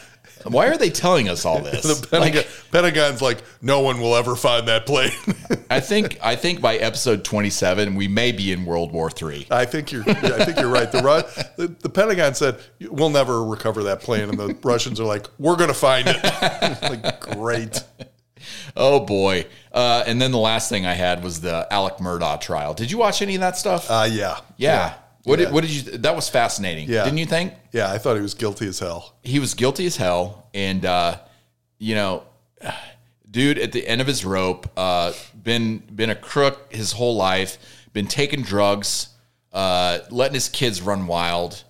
[SPEAKER 1] why are they telling us
[SPEAKER 2] [laughs]
[SPEAKER 1] all this?
[SPEAKER 2] [laughs] The Pentagon,
[SPEAKER 1] Like,
[SPEAKER 2] Pentagon's like, no one will ever find that plane. [laughs]
[SPEAKER 1] I think I think by episode 27, we may be in World War Three.
[SPEAKER 2] I think you're. I think you're right. The, Ru- the the Pentagon said we'll never recover that plane,
[SPEAKER 1] [laughs]
[SPEAKER 2] and the Russians are like, we're going to find it. [laughs] like, great.
[SPEAKER 1] Oh boy! Uh, and then the last thing I had was the Alec Murdaugh trial. Did you watch any of that stuff?
[SPEAKER 2] Uh, yeah,
[SPEAKER 1] yeah. What,
[SPEAKER 2] yeah.
[SPEAKER 1] Did, what did you? That was fascinating.
[SPEAKER 2] Yeah.
[SPEAKER 1] Didn't you think
[SPEAKER 2] yeah. I thought he was guilty as hell.
[SPEAKER 1] he was guilty as hell? And uh, you know, dude at the end of his rope uh, been been a crook his whole life been taking drugs uh, letting his kids run wild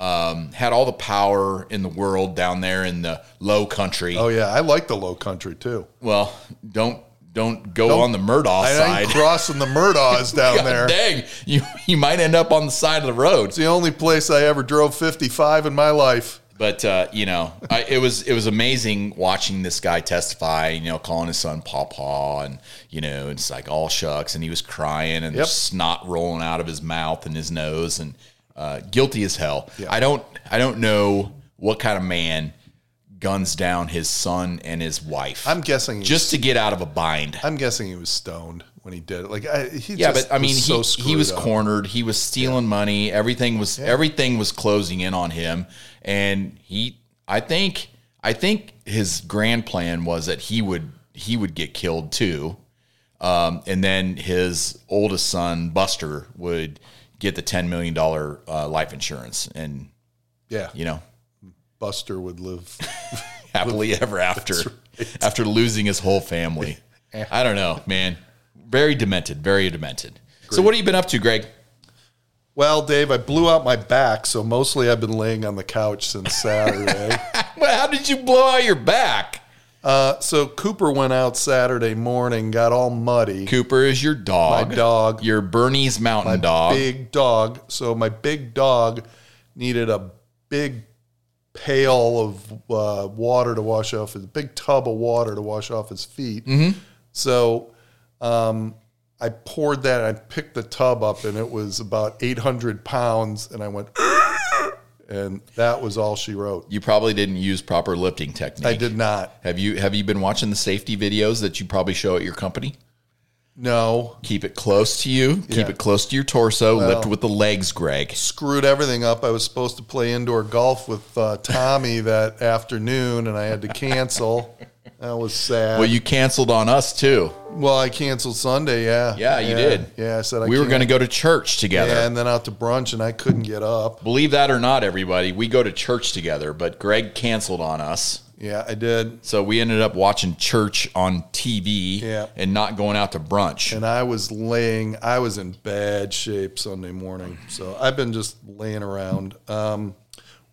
[SPEAKER 1] um, had all the power in the world down there in the low country
[SPEAKER 2] Oh yeah, I like the Low Country too.
[SPEAKER 1] well don't don't go on the Murdoch
[SPEAKER 2] I ain't
[SPEAKER 1] side
[SPEAKER 2] crossing the
[SPEAKER 1] [laughs]
[SPEAKER 2] Murdaughs down there.
[SPEAKER 1] dang you, you might end up on the side of the road
[SPEAKER 2] It's the only place I ever drove 55 in my life.
[SPEAKER 1] but uh, you know, I, it was it was amazing watching this guy testify. You know, calling his son Pawpaw, and you know, it's like all shucks, and he was crying and
[SPEAKER 2] Yep.
[SPEAKER 1] snot rolling out of his mouth and his nose, and uh, guilty as hell. I don't I don't know what kind of man guns down his son and his wife
[SPEAKER 2] I'm guessing. He
[SPEAKER 1] just to get out of a bind.
[SPEAKER 2] I'm guessing he was stoned when he did it. Like, I, he
[SPEAKER 1] Yeah,
[SPEAKER 2] just
[SPEAKER 1] but I mean,
[SPEAKER 2] was
[SPEAKER 1] he,
[SPEAKER 2] so
[SPEAKER 1] he was
[SPEAKER 2] screwed up.
[SPEAKER 1] cornered. He was stealing money. Everything was everything was closing in on him, and he. I think I think his grand plan was that he would he would get killed too, um, and then his oldest son Buster would get the ten million dollar uh, life insurance, and
[SPEAKER 2] Yeah,
[SPEAKER 1] you know, [laughs]
[SPEAKER 2] Buster would live. [laughs]
[SPEAKER 1] happily ever after after losing his whole
[SPEAKER 2] [laughs]
[SPEAKER 1] family. I don't know, man. Very demented. Very demented. So what have you been up to, Greg? [laughs]
[SPEAKER 2] well, Dave, I blew out my back, so mostly I've been laying on the couch since Saturday.
[SPEAKER 1] Well, how did you blow out your back?
[SPEAKER 2] Uh, so Cooper went out Saturday morning, got all muddy.
[SPEAKER 1] Cooper is your
[SPEAKER 2] My
[SPEAKER 1] dog.
[SPEAKER 2] dog,
[SPEAKER 1] Your Bernese Mountain Dog.
[SPEAKER 2] big dog. So my big dog needed a big pail of uh, water to wash off his big tub of water to wash off his feet. So um, I poured that. I picked the tub up, and it was about eight hundred pounds. And I went, [laughs] and that was all she wrote.
[SPEAKER 1] you probably didn't use proper lifting technique.
[SPEAKER 2] I did not.
[SPEAKER 1] Have you have you been watching the safety videos that you probably show at your company?
[SPEAKER 2] No,
[SPEAKER 1] Keep it close to you. Keep it close to your torso. lift with the legs, Greg.
[SPEAKER 2] screwed everything up. I was supposed to play indoor golf with uh, Tommy that afternoon, and I had to cancel. That was sad.
[SPEAKER 1] Well,
[SPEAKER 2] Well,
[SPEAKER 1] you canceled on us too.
[SPEAKER 2] I canceled Sunday. Yeah,
[SPEAKER 1] Yeah, you did.
[SPEAKER 2] Yeah, I said I
[SPEAKER 1] we were going
[SPEAKER 2] can't.
[SPEAKER 1] to go to church together.
[SPEAKER 2] Yeah, and then out to brunch, and I couldn't get up.
[SPEAKER 1] Believe that or not, everybody, we go to church together, but Greg canceled on us.
[SPEAKER 2] Yeah, I did.
[SPEAKER 1] So we ended up watching church on TV
[SPEAKER 2] Yeah.
[SPEAKER 1] and not going out to brunch.
[SPEAKER 2] And I was laying. I was in bad shape Sunday morning, so I've been just laying around. Um,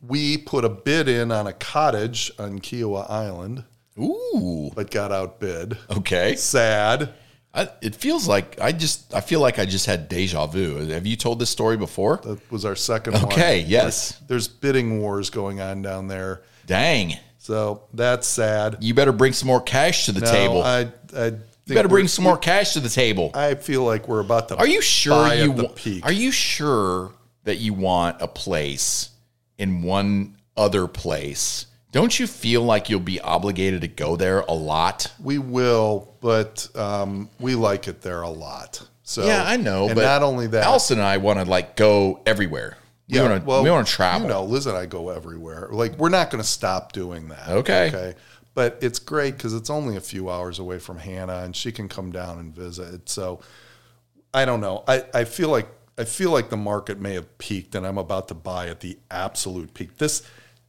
[SPEAKER 2] we put a bid in on a cottage on Kiowa Island,
[SPEAKER 1] Ooh.
[SPEAKER 2] but got outbid.
[SPEAKER 1] Okay.
[SPEAKER 2] Sad.
[SPEAKER 1] I, it feels like I just, I feel like I just had deja vu. Have you told this story before?
[SPEAKER 2] That was our second one.
[SPEAKER 1] Okay. Yes.
[SPEAKER 2] there's bidding wars going on down there.
[SPEAKER 1] Dang.
[SPEAKER 2] So that's sad.
[SPEAKER 1] You better bring some more cash to the
[SPEAKER 2] No,
[SPEAKER 1] table.
[SPEAKER 2] I, I think
[SPEAKER 1] you better bring
[SPEAKER 2] we're-
[SPEAKER 1] some more cash to the table.
[SPEAKER 2] I feel like we're about to.
[SPEAKER 1] Are you sure
[SPEAKER 2] buy
[SPEAKER 1] you
[SPEAKER 2] at the
[SPEAKER 1] wa-
[SPEAKER 2] peak?
[SPEAKER 1] Are you sure that you want a place in one other place? Don't you feel like you'll be obligated to go there a lot?
[SPEAKER 2] we will, but um, we like it there a lot. So
[SPEAKER 1] Yeah, I know.
[SPEAKER 2] And
[SPEAKER 1] but
[SPEAKER 2] not only that,
[SPEAKER 1] Allison and I want to like go everywhere. We
[SPEAKER 2] yeah,
[SPEAKER 1] want to.
[SPEAKER 2] well,
[SPEAKER 1] we want to travel.
[SPEAKER 2] You know, Liz and I go everywhere. Like we're not going to stop doing that.
[SPEAKER 1] Okay.
[SPEAKER 2] Okay. But it's great because it's only a few hours away from Hannah, and she can come down and visit. So I don't know. I, I feel like I feel like the market may have peaked, and I'm about to buy at the absolute peak. This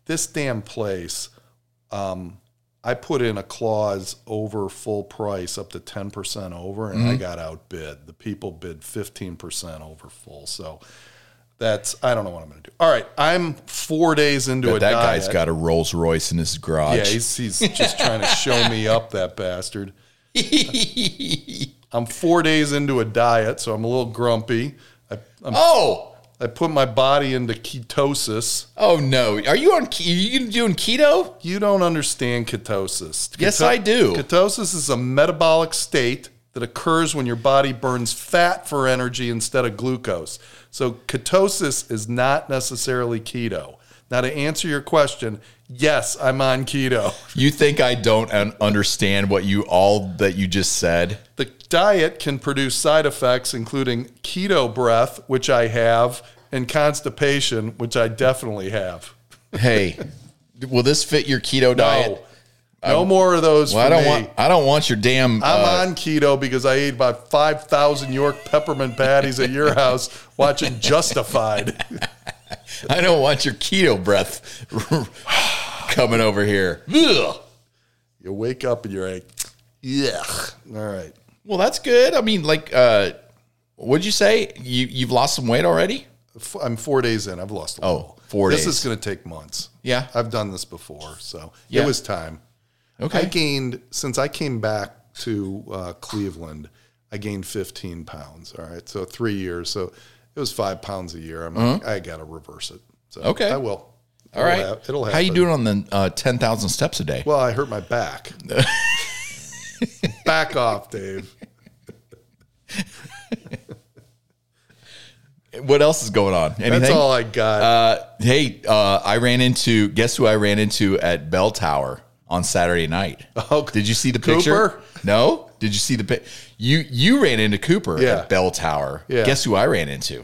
[SPEAKER 2] this damn place. Um, I put in a clause over full price up to ten percent over,
[SPEAKER 1] Mm-hmm.
[SPEAKER 2] and I got outbid. The people bid fifteen percent over full. So that's I don't know what I'm going to do. All right, I'm four days into
[SPEAKER 1] But
[SPEAKER 2] a
[SPEAKER 1] that
[SPEAKER 2] diet.
[SPEAKER 1] guy's got a Rolls Royce in his
[SPEAKER 2] Yeah,
[SPEAKER 1] garage.
[SPEAKER 2] he's, he's just trying to show me up, that bastard. I'm four days into a diet, so I'm a little grumpy. I,
[SPEAKER 1] [laughs] oh,
[SPEAKER 2] I put my body into ketosis.
[SPEAKER 1] oh no! Are you on? ke- Are you doing keto?
[SPEAKER 2] You don't understand ketosis.
[SPEAKER 1] Yes,
[SPEAKER 2] Keto-
[SPEAKER 1] I do.
[SPEAKER 2] Ketosis is a metabolic state that occurs when your body burns fat for energy instead of glucose. So ketosis is not necessarily keto. Now, to answer your question, yes, I'm on keto.
[SPEAKER 1] You think I don't un- understand what you all that you just said?
[SPEAKER 2] The diet can produce side effects, including keto breath, which I have, and constipation, which I definitely have.
[SPEAKER 1] Hey, will this fit your keto diet?
[SPEAKER 2] No, Oh, no more of those
[SPEAKER 1] Well, I
[SPEAKER 2] for
[SPEAKER 1] don't
[SPEAKER 2] me.
[SPEAKER 1] want. I don't want your damn.
[SPEAKER 2] I'm
[SPEAKER 1] uh,
[SPEAKER 2] on keto because I ate about 5,000 York peppermint patties at your house
[SPEAKER 1] [laughs]
[SPEAKER 2] watching Justified.
[SPEAKER 1] I don't want your keto breath [laughs] coming over here. Ugh.
[SPEAKER 2] You wake up and you're like, yuck. All right.
[SPEAKER 1] Well, that's good. I mean, like, uh, what'd you say? You you've lost some weight already?
[SPEAKER 2] F- I'm four days in. I've lost a
[SPEAKER 1] Oh,
[SPEAKER 2] little.
[SPEAKER 1] four
[SPEAKER 2] this
[SPEAKER 1] days.
[SPEAKER 2] is going to take months.
[SPEAKER 1] Yeah.
[SPEAKER 2] I've done this before, so
[SPEAKER 1] Yeah.
[SPEAKER 2] it was time. I
[SPEAKER 1] Okay.
[SPEAKER 2] gained since I came back to uh, Cleveland. I gained 15 pounds. All right, so three years. So it was five pounds a year. I'm like, I got to reverse it. So
[SPEAKER 1] Uh-huh. Okay.
[SPEAKER 2] I will.
[SPEAKER 1] All right.
[SPEAKER 2] it'll hap- it'll happen.
[SPEAKER 1] How you doing on the uh, ten thousand steps a day?
[SPEAKER 2] Well, I hurt
[SPEAKER 1] [laughs]
[SPEAKER 2] my back. back off, Dave.
[SPEAKER 1] What else is going on? Anything?
[SPEAKER 2] That's all I got. [laughs]
[SPEAKER 1] Uh, hey, uh, I ran into. Guess who I ran into at Bell Tower on Saturday night?
[SPEAKER 2] Oh,
[SPEAKER 1] did you see the
[SPEAKER 2] Cooper?
[SPEAKER 1] picture? No. Did you see the pic? You you ran into Cooper
[SPEAKER 2] Yeah.
[SPEAKER 1] at Bell Tower.
[SPEAKER 2] Yeah.
[SPEAKER 1] Guess who I ran into?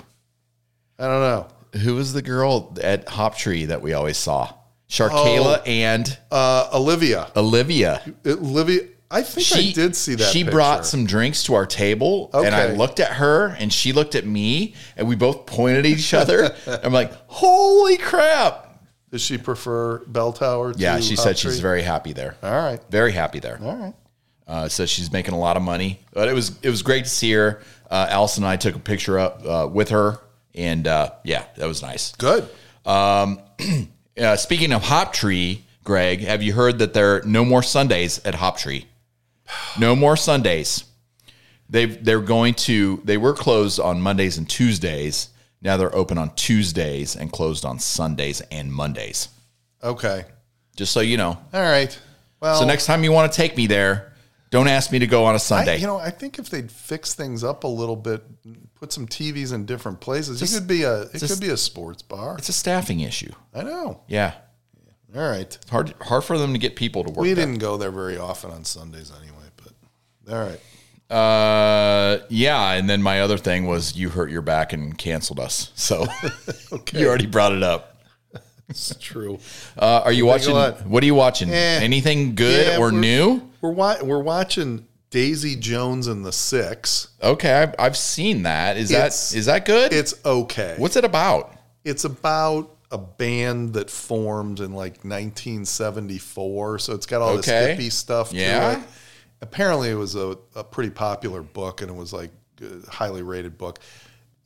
[SPEAKER 2] I don't know.
[SPEAKER 1] Who was the girl at Hop Tree that we always saw?
[SPEAKER 2] Oh.
[SPEAKER 1] Sharkayla and
[SPEAKER 2] Uh, Olivia.
[SPEAKER 1] Olivia.
[SPEAKER 2] Olivia. I think I did see that.
[SPEAKER 1] She
[SPEAKER 2] picture.
[SPEAKER 1] brought some drinks to our table, and I
[SPEAKER 2] Okay.
[SPEAKER 1] looked at her, and she looked at me, and we both pointed at each other.
[SPEAKER 2] [laughs]
[SPEAKER 1] I'm like, "Holy crap!"
[SPEAKER 2] Does she prefer Bell Tower? To
[SPEAKER 1] Yeah, she said
[SPEAKER 2] Uptree?
[SPEAKER 1] she's very happy there.
[SPEAKER 2] All right.
[SPEAKER 1] Very happy there.
[SPEAKER 2] All right.
[SPEAKER 1] Uh, so she's making a lot of money, but it was it was great to see her. Uh, Allison and I took a picture up uh, with her, and uh, yeah, that was nice.
[SPEAKER 2] Good.
[SPEAKER 1] Uh, speaking of Hop Tree, Greg, have you heard that there are no more Sundays at Hoptree? No more Sundays. They they're going to they were closed on Mondays and Tuesdays. Now they're open on Tuesdays and closed on Sundays and Mondays.
[SPEAKER 2] Okay.
[SPEAKER 1] Just so you know.
[SPEAKER 2] All right. Well,
[SPEAKER 1] So next time you want to take me there, don't ask me to go on a
[SPEAKER 2] I,
[SPEAKER 1] Sunday.
[SPEAKER 2] you know, I think if they'd fix things up a little bit, put some TVs in different places, it could be a it
[SPEAKER 1] just-
[SPEAKER 2] could be a sports bar.
[SPEAKER 1] it's a staffing issue.
[SPEAKER 2] I know.
[SPEAKER 1] Yeah.
[SPEAKER 2] All right.
[SPEAKER 1] It's hard hard for them to get people to work.
[SPEAKER 2] We
[SPEAKER 1] there.
[SPEAKER 2] didn't go there very often on Sundays anyway, but all right.
[SPEAKER 1] Uh, yeah, and then my other thing was you hurt your back and canceled us. So [laughs] you already brought it up.
[SPEAKER 2] It's [laughs] true.
[SPEAKER 1] Uh, are you watching?
[SPEAKER 2] lot.
[SPEAKER 1] What are you watching?
[SPEAKER 2] Eh.
[SPEAKER 1] Anything good
[SPEAKER 2] Yeah,
[SPEAKER 1] or
[SPEAKER 2] we're-
[SPEAKER 1] new?
[SPEAKER 2] We're wa- we're watching Daisy Jones and the Six.
[SPEAKER 1] Okay, I've, I've seen that. Is
[SPEAKER 2] It's-
[SPEAKER 1] that is that good?
[SPEAKER 2] It's okay.
[SPEAKER 1] What's it about?
[SPEAKER 2] It's about a band that formed in like 1974, so it's got all
[SPEAKER 1] Okay.
[SPEAKER 2] this hippie stuff.
[SPEAKER 1] Yeah.
[SPEAKER 2] To it. Apparently, it was a, a pretty popular book, and it was like a highly rated book.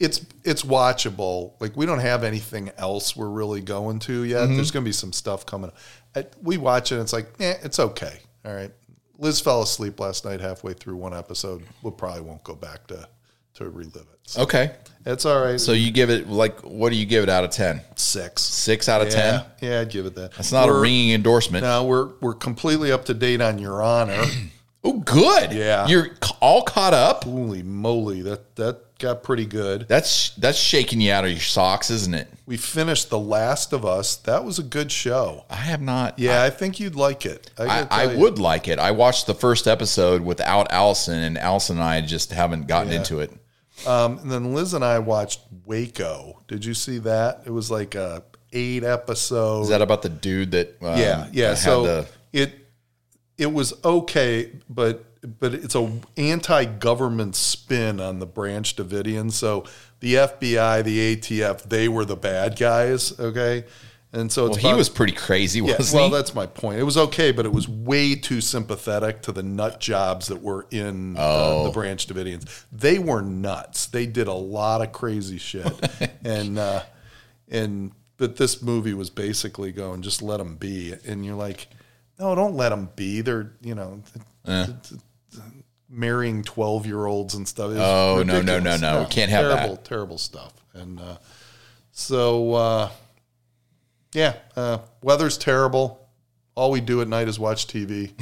[SPEAKER 2] It's it's watchable. Like we don't have anything else we're really going to yet.
[SPEAKER 1] Mm-hmm.
[SPEAKER 2] There's going to be some stuff coming. I, we watch it. and It's like, eh, it's okay. All right. Liz fell asleep last night halfway through one episode. We probably won't go back to to relive it. So
[SPEAKER 1] Okay,
[SPEAKER 2] it's all right.
[SPEAKER 1] so you give it like what do you give it out of ten?
[SPEAKER 2] six.
[SPEAKER 1] Six out of ten.
[SPEAKER 2] Yeah, yeah, I'd give it that.
[SPEAKER 1] It's not a
[SPEAKER 2] We're-
[SPEAKER 1] ringing endorsement.
[SPEAKER 2] No, we're we're completely up to date on
[SPEAKER 1] [clears throat]
[SPEAKER 2] Your Honor.
[SPEAKER 1] Oh, good.
[SPEAKER 2] Yeah.
[SPEAKER 1] you're c- all caught up.
[SPEAKER 2] Holy moly, that that got pretty good.
[SPEAKER 1] That's that's shaking you out of your socks, isn't it?
[SPEAKER 2] We finished The Last of Us. That was a good show.
[SPEAKER 1] I have not.
[SPEAKER 2] Yeah, I, think you'd like it.
[SPEAKER 1] I,
[SPEAKER 2] gotta
[SPEAKER 1] I
[SPEAKER 2] tell you.
[SPEAKER 1] would like it. I watched the first episode without Allison, and Allison and I just haven't gotten into it.
[SPEAKER 2] Um, and then Liz and I watched Waco. Did you see that? It was like a eight episode.
[SPEAKER 1] Is that about the dude that? Um,
[SPEAKER 2] yeah,
[SPEAKER 1] that
[SPEAKER 2] yeah.
[SPEAKER 1] had
[SPEAKER 2] So
[SPEAKER 1] the-
[SPEAKER 2] it it was okay, but but it's a anti-government spin on the Branch Davidian. So the FBI, the ATF, they were the bad guys. Okay, and so it's
[SPEAKER 1] he
[SPEAKER 2] about-
[SPEAKER 1] was pretty crazy,
[SPEAKER 2] Yeah,
[SPEAKER 1] wasn't
[SPEAKER 2] well,
[SPEAKER 1] he?
[SPEAKER 2] that's my point. It was okay, but it was way too sympathetic to the nut jobs that were in
[SPEAKER 1] Oh.
[SPEAKER 2] uh, the Branch Davidians. They were nuts. They did a lot of crazy shit,
[SPEAKER 1] [laughs]
[SPEAKER 2] and uh, and but this movie was basically going just let them be, and you're like, no, don't let them be. They're you know. th- th- th- Marrying twelve year olds and stuff. It was
[SPEAKER 1] Oh, no, no,
[SPEAKER 2] ridiculous.
[SPEAKER 1] no, no. Can't have that.
[SPEAKER 2] terrible, terrible stuff. And uh, so uh, yeah, uh, weather's terrible. All we do at night is
[SPEAKER 1] [laughs]
[SPEAKER 2] watch TV.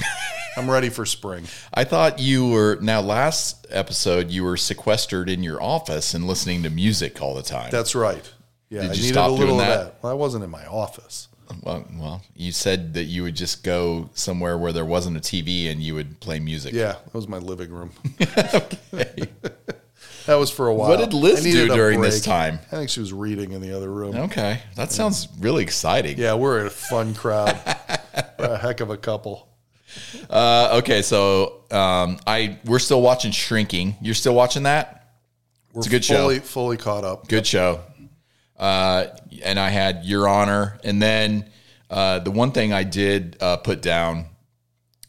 [SPEAKER 2] I'm ready for spring.
[SPEAKER 1] I thought you were. Now, last episode, you were sequestered in your office and listening to music all the time.
[SPEAKER 2] That's right. Yeah,
[SPEAKER 1] Did
[SPEAKER 2] I
[SPEAKER 1] you
[SPEAKER 2] needed
[SPEAKER 1] stop
[SPEAKER 2] a little
[SPEAKER 1] doing
[SPEAKER 2] of
[SPEAKER 1] that?
[SPEAKER 2] that. Well, I wasn't in my office.
[SPEAKER 1] well, well, you said that you would just go somewhere where there wasn't a TV and you would play music.
[SPEAKER 2] Yeah, that was my
[SPEAKER 1] [laughs]
[SPEAKER 2] living room. [laughs] that was for a while.
[SPEAKER 1] What did Liz
[SPEAKER 2] I needed
[SPEAKER 1] do
[SPEAKER 2] a
[SPEAKER 1] during this
[SPEAKER 2] break.
[SPEAKER 1] time?
[SPEAKER 2] I think she was reading in the other room.
[SPEAKER 1] Okay, that sounds really exciting.
[SPEAKER 2] Yeah, we're a
[SPEAKER 1] [laughs]
[SPEAKER 2] fun crowd. We're a heck of a couple.
[SPEAKER 1] Uh, okay, so um, I we're still watching Shrinking. You're still watching that?
[SPEAKER 2] We're
[SPEAKER 1] a good show.
[SPEAKER 2] fully, Fully caught up.
[SPEAKER 1] Good show. Uh, and I had Your Honor. And then uh, the one thing I did uh, put down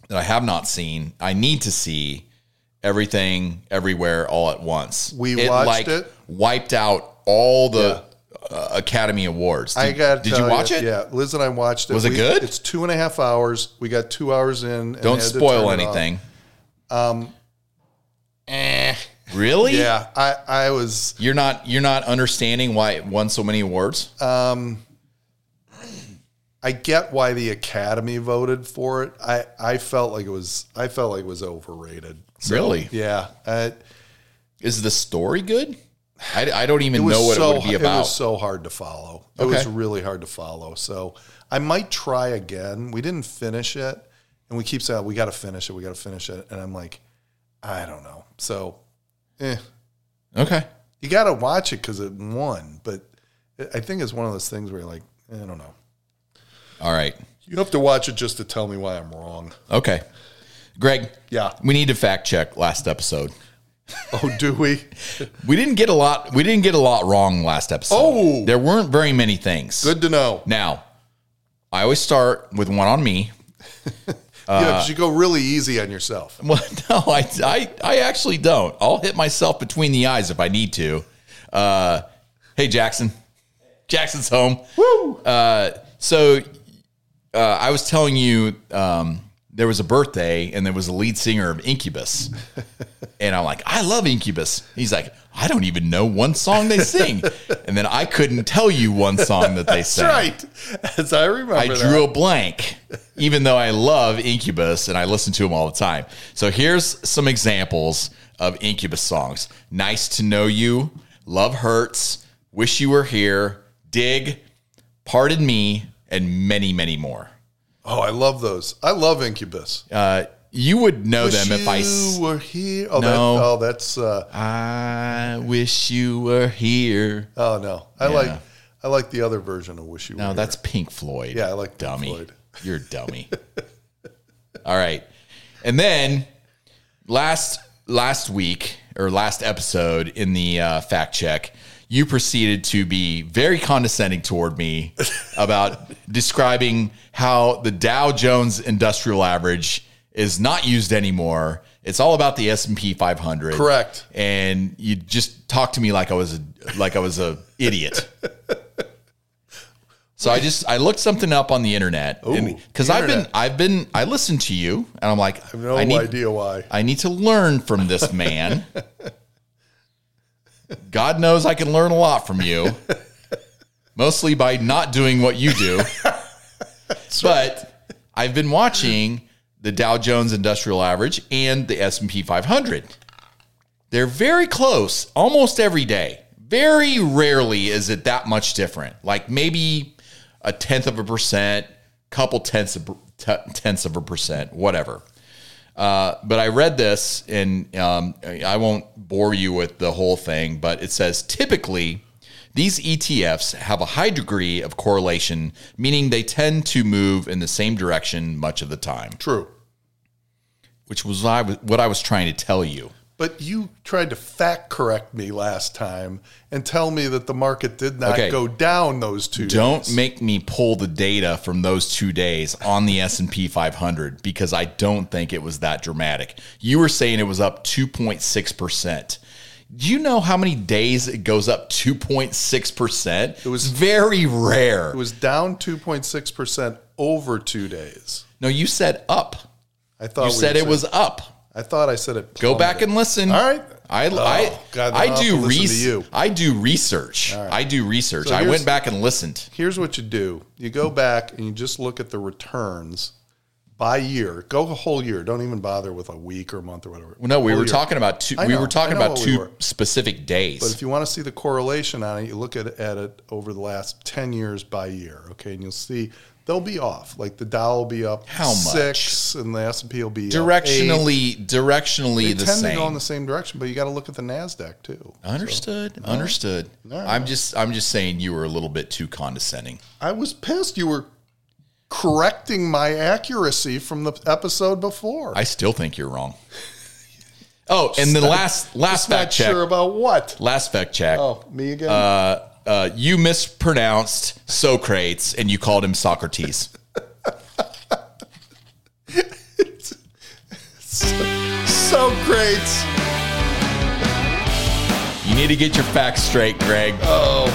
[SPEAKER 1] that I have not seen, I need to see everything, everywhere, all at once.
[SPEAKER 2] We watched it.
[SPEAKER 1] Wiped out all the uh, Academy Awards. Did,
[SPEAKER 2] I got.
[SPEAKER 1] did you watch it?
[SPEAKER 2] Yeah, Liz and I watched it.
[SPEAKER 1] Was it
[SPEAKER 2] We-
[SPEAKER 1] good?
[SPEAKER 2] It's two and a half hours. We got two hours in. and
[SPEAKER 1] Don't
[SPEAKER 2] had to
[SPEAKER 1] spoil
[SPEAKER 2] turn it off.
[SPEAKER 1] anything. Um. Really?
[SPEAKER 2] Yeah, I, I was.
[SPEAKER 1] You're not you're not understanding why it won so many awards.
[SPEAKER 2] Uh, I get why the Academy voted for it. I, I felt like it was. I felt like it was overrated. So,
[SPEAKER 1] really?
[SPEAKER 2] Yeah. Uh,
[SPEAKER 1] Is the story good? I, I don't even
[SPEAKER 2] it was
[SPEAKER 1] know what
[SPEAKER 2] so
[SPEAKER 1] it would be about.
[SPEAKER 2] it was so hard to follow. It was
[SPEAKER 1] Okay.
[SPEAKER 2] really hard to follow. So I might try again. We didn't finish it, and we keep saying we got to finish it. We got to finish it, and I'm like, I don't know. So, eh.
[SPEAKER 1] okay.
[SPEAKER 2] you got to watch it because it won. But I- I think it's one of those things where you're like, I don't know.
[SPEAKER 1] All right.
[SPEAKER 2] You have to watch it just to tell me why I'm wrong.
[SPEAKER 1] Okay. Greg,
[SPEAKER 2] Yeah.
[SPEAKER 1] we need to fact check last episode.
[SPEAKER 2] [laughs] Oh, do we?
[SPEAKER 1] We didn't get a lot we didn't get a lot wrong last episode.
[SPEAKER 2] Oh.
[SPEAKER 1] There weren't very many things.
[SPEAKER 2] Good to know.
[SPEAKER 1] Now, I always start with one on me. [laughs]
[SPEAKER 2] yeah, because you go really easy on yourself.
[SPEAKER 1] Well, no, I, I, I actually don't. I'll hit myself between the eyes if I need to. Uh, hey, Jackson. Jackson's home. Woo! Uh, so uh, I was telling you um, there was a birthday and there was a lead singer of Incubus, and I'm like, I love Incubus. He's like, I don't even know one song they sing, and then I couldn't tell you one song that they sang.
[SPEAKER 2] Right. [laughs] As I remember.
[SPEAKER 1] I drew a blank, even though I love Incubus and I listen to them all the time. So here's some examples of Incubus songs Nice to Know You, Love Hurts, Wish You Were Here, Dig, Pardon Me, and many, many more.
[SPEAKER 2] Oh, I love those. I love Incubus.
[SPEAKER 1] Uh, you would know them if I.
[SPEAKER 2] you
[SPEAKER 1] s-
[SPEAKER 2] were here. Oh,
[SPEAKER 1] No.
[SPEAKER 2] that, oh that's. Uh,
[SPEAKER 1] I wish you were here.
[SPEAKER 2] oh no, I like. I like the other version of "Wish You Were."
[SPEAKER 1] No,
[SPEAKER 2] Here.
[SPEAKER 1] that's Pink Floyd.
[SPEAKER 2] Yeah, I like Pink
[SPEAKER 1] dummy.
[SPEAKER 2] Floyd.
[SPEAKER 1] [laughs] You're a dummy. All right, and then last last week or last episode in the uh, fact check, you proceeded to be very condescending toward
[SPEAKER 2] [laughs]
[SPEAKER 1] me about describing how the Dow Jones Industrial Average is not used anymore. It's all about the S and P 500.
[SPEAKER 2] Correct.
[SPEAKER 1] And you just talked to me like I was a, like I was a idiot. So I just I looked something up on the internet
[SPEAKER 2] Ooh,
[SPEAKER 1] because
[SPEAKER 2] the
[SPEAKER 1] I've been
[SPEAKER 2] internet.
[SPEAKER 1] I've been I listened to you and I'm like I,
[SPEAKER 2] no
[SPEAKER 1] need
[SPEAKER 2] idea why.
[SPEAKER 1] I need to learn from this man. God knows I can learn a lot from you, mostly by not doing what you do. but I've been watching the Dow Jones Industrial Average and the S and P 500. They're very close almost every day. Very rarely is it that much different. Like maybe a tenth of a percent, couple tenths of t- tenths of a percent, whatever. Uh, but I read this, and um, I won't bore you with the whole thing, but it says typically these ETFs have a high degree of correlation, meaning they tend to move in the same direction much of the time,
[SPEAKER 2] True.
[SPEAKER 1] which was what I was, what I was trying to tell you.
[SPEAKER 2] But you tried to fact correct me last time and tell me that the market did not
[SPEAKER 1] Okay.
[SPEAKER 2] go down those two.
[SPEAKER 1] Don't
[SPEAKER 2] days.
[SPEAKER 1] make me pull the data from those two days on the S and P 500 because I don't think it was that dramatic. You were saying it was up 2.6 percent. Do you know how many days it goes up 2.6 percent? It
[SPEAKER 2] was-
[SPEAKER 1] very rare.
[SPEAKER 2] It was down 2.6 percent over two days.
[SPEAKER 1] no, you said up.
[SPEAKER 2] I thought
[SPEAKER 1] You
[SPEAKER 2] we
[SPEAKER 1] said it was up.
[SPEAKER 2] I thought I said it.
[SPEAKER 1] Go back and listen.
[SPEAKER 2] Oh, All right. Oh,
[SPEAKER 1] I I
[SPEAKER 2] God, then I'll
[SPEAKER 1] I
[SPEAKER 2] have to
[SPEAKER 1] do
[SPEAKER 2] listen to
[SPEAKER 1] res-
[SPEAKER 2] you.
[SPEAKER 1] I do research. I do research. I
[SPEAKER 2] here's-
[SPEAKER 1] went back and listened.
[SPEAKER 2] here's what you do you go back and you just look at the returns by year go a whole year don't even bother with a week or month or whatever
[SPEAKER 1] No, we
[SPEAKER 2] Whole
[SPEAKER 1] were
[SPEAKER 2] year.
[SPEAKER 1] talking about two.
[SPEAKER 2] Oh, I
[SPEAKER 1] we
[SPEAKER 2] know,
[SPEAKER 1] were talking
[SPEAKER 2] I know
[SPEAKER 1] about
[SPEAKER 2] what we
[SPEAKER 1] two
[SPEAKER 2] were.
[SPEAKER 1] specific days.
[SPEAKER 2] but if you want to see the correlation on it you look at, at it over the last 10 years by year okay and you'll see they'll be off like the dow will be up
[SPEAKER 1] How much?
[SPEAKER 2] six and the s&p will be up eight.
[SPEAKER 1] directionally directionally
[SPEAKER 2] they
[SPEAKER 1] the
[SPEAKER 2] tend
[SPEAKER 1] same Oh.
[SPEAKER 2] to go in the same direction but you got to look at the nasdaq too
[SPEAKER 1] understood understood i'm just i'm just saying you were a little bit too condescending
[SPEAKER 2] i was pissed you were correcting my accuracy from the episode before
[SPEAKER 1] i still think you're
[SPEAKER 2] [laughs]
[SPEAKER 1] wrong oh and the last last fact
[SPEAKER 2] not
[SPEAKER 1] check
[SPEAKER 2] sure about what
[SPEAKER 1] last fact check
[SPEAKER 2] oh me again
[SPEAKER 1] uh, you mispronounced socrates and you called him socrates
[SPEAKER 2] so great.
[SPEAKER 1] you need to get your facts straight greg
[SPEAKER 2] Oh,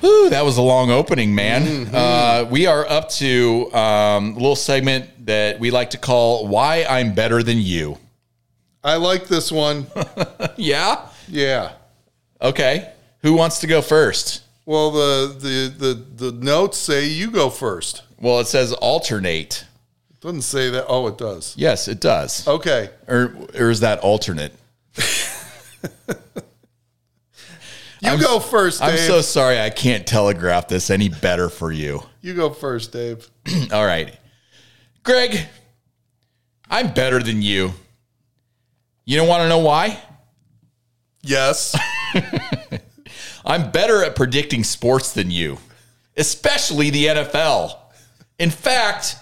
[SPEAKER 1] Whew, that was a long opening, man.
[SPEAKER 2] Mm-hmm.
[SPEAKER 1] Uh, we are up to um, a little segment that we like to call Why I'm Better Than You.
[SPEAKER 2] I like this
[SPEAKER 1] [laughs]
[SPEAKER 2] one.
[SPEAKER 1] Yeah?
[SPEAKER 2] yeah.
[SPEAKER 1] Okay. Who wants to go first?
[SPEAKER 2] Well, the, the the the notes say you go first.
[SPEAKER 1] Well, it says alternate.
[SPEAKER 2] It doesn't say that. Oh, it does.
[SPEAKER 1] Yes, it does.
[SPEAKER 2] Okay.
[SPEAKER 1] Or, or is that alternate?
[SPEAKER 2] You
[SPEAKER 1] I'm
[SPEAKER 2] go
[SPEAKER 1] s-
[SPEAKER 2] first, Dave.
[SPEAKER 1] I'm so sorry I can't telegraph this any better for you.
[SPEAKER 2] you go first, Dave.
[SPEAKER 1] All right. Greg, I'm better than you. You don't want to know why?
[SPEAKER 2] Yes.
[SPEAKER 1] I'm better at predicting sports than you, especially the NFL. In fact,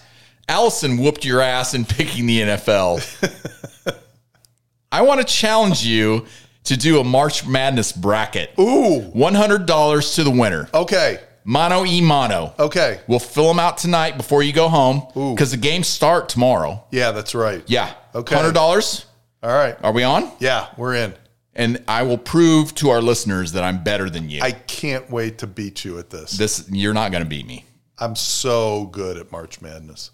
[SPEAKER 1] Allison whooped your ass in picking the NFL. I want to challenge you to do a March Madness bracket.
[SPEAKER 2] [laughs] Ooh.
[SPEAKER 1] $100 to the winner.
[SPEAKER 2] Okay.
[SPEAKER 1] Mono e mono.
[SPEAKER 2] Okay.
[SPEAKER 1] We'll fill them out tonight before you go home because the games start tomorrow.
[SPEAKER 2] Yeah, that's right.
[SPEAKER 1] Yeah.
[SPEAKER 2] Okay.
[SPEAKER 1] $100.
[SPEAKER 2] All right.
[SPEAKER 1] Are we on?
[SPEAKER 2] Yeah, we're in.
[SPEAKER 1] and I will prove to our listeners that I'm better than you.
[SPEAKER 2] I can't wait to beat you at this.
[SPEAKER 1] this you're not going to beat me. [laughs]
[SPEAKER 2] I'm so good at March Madness.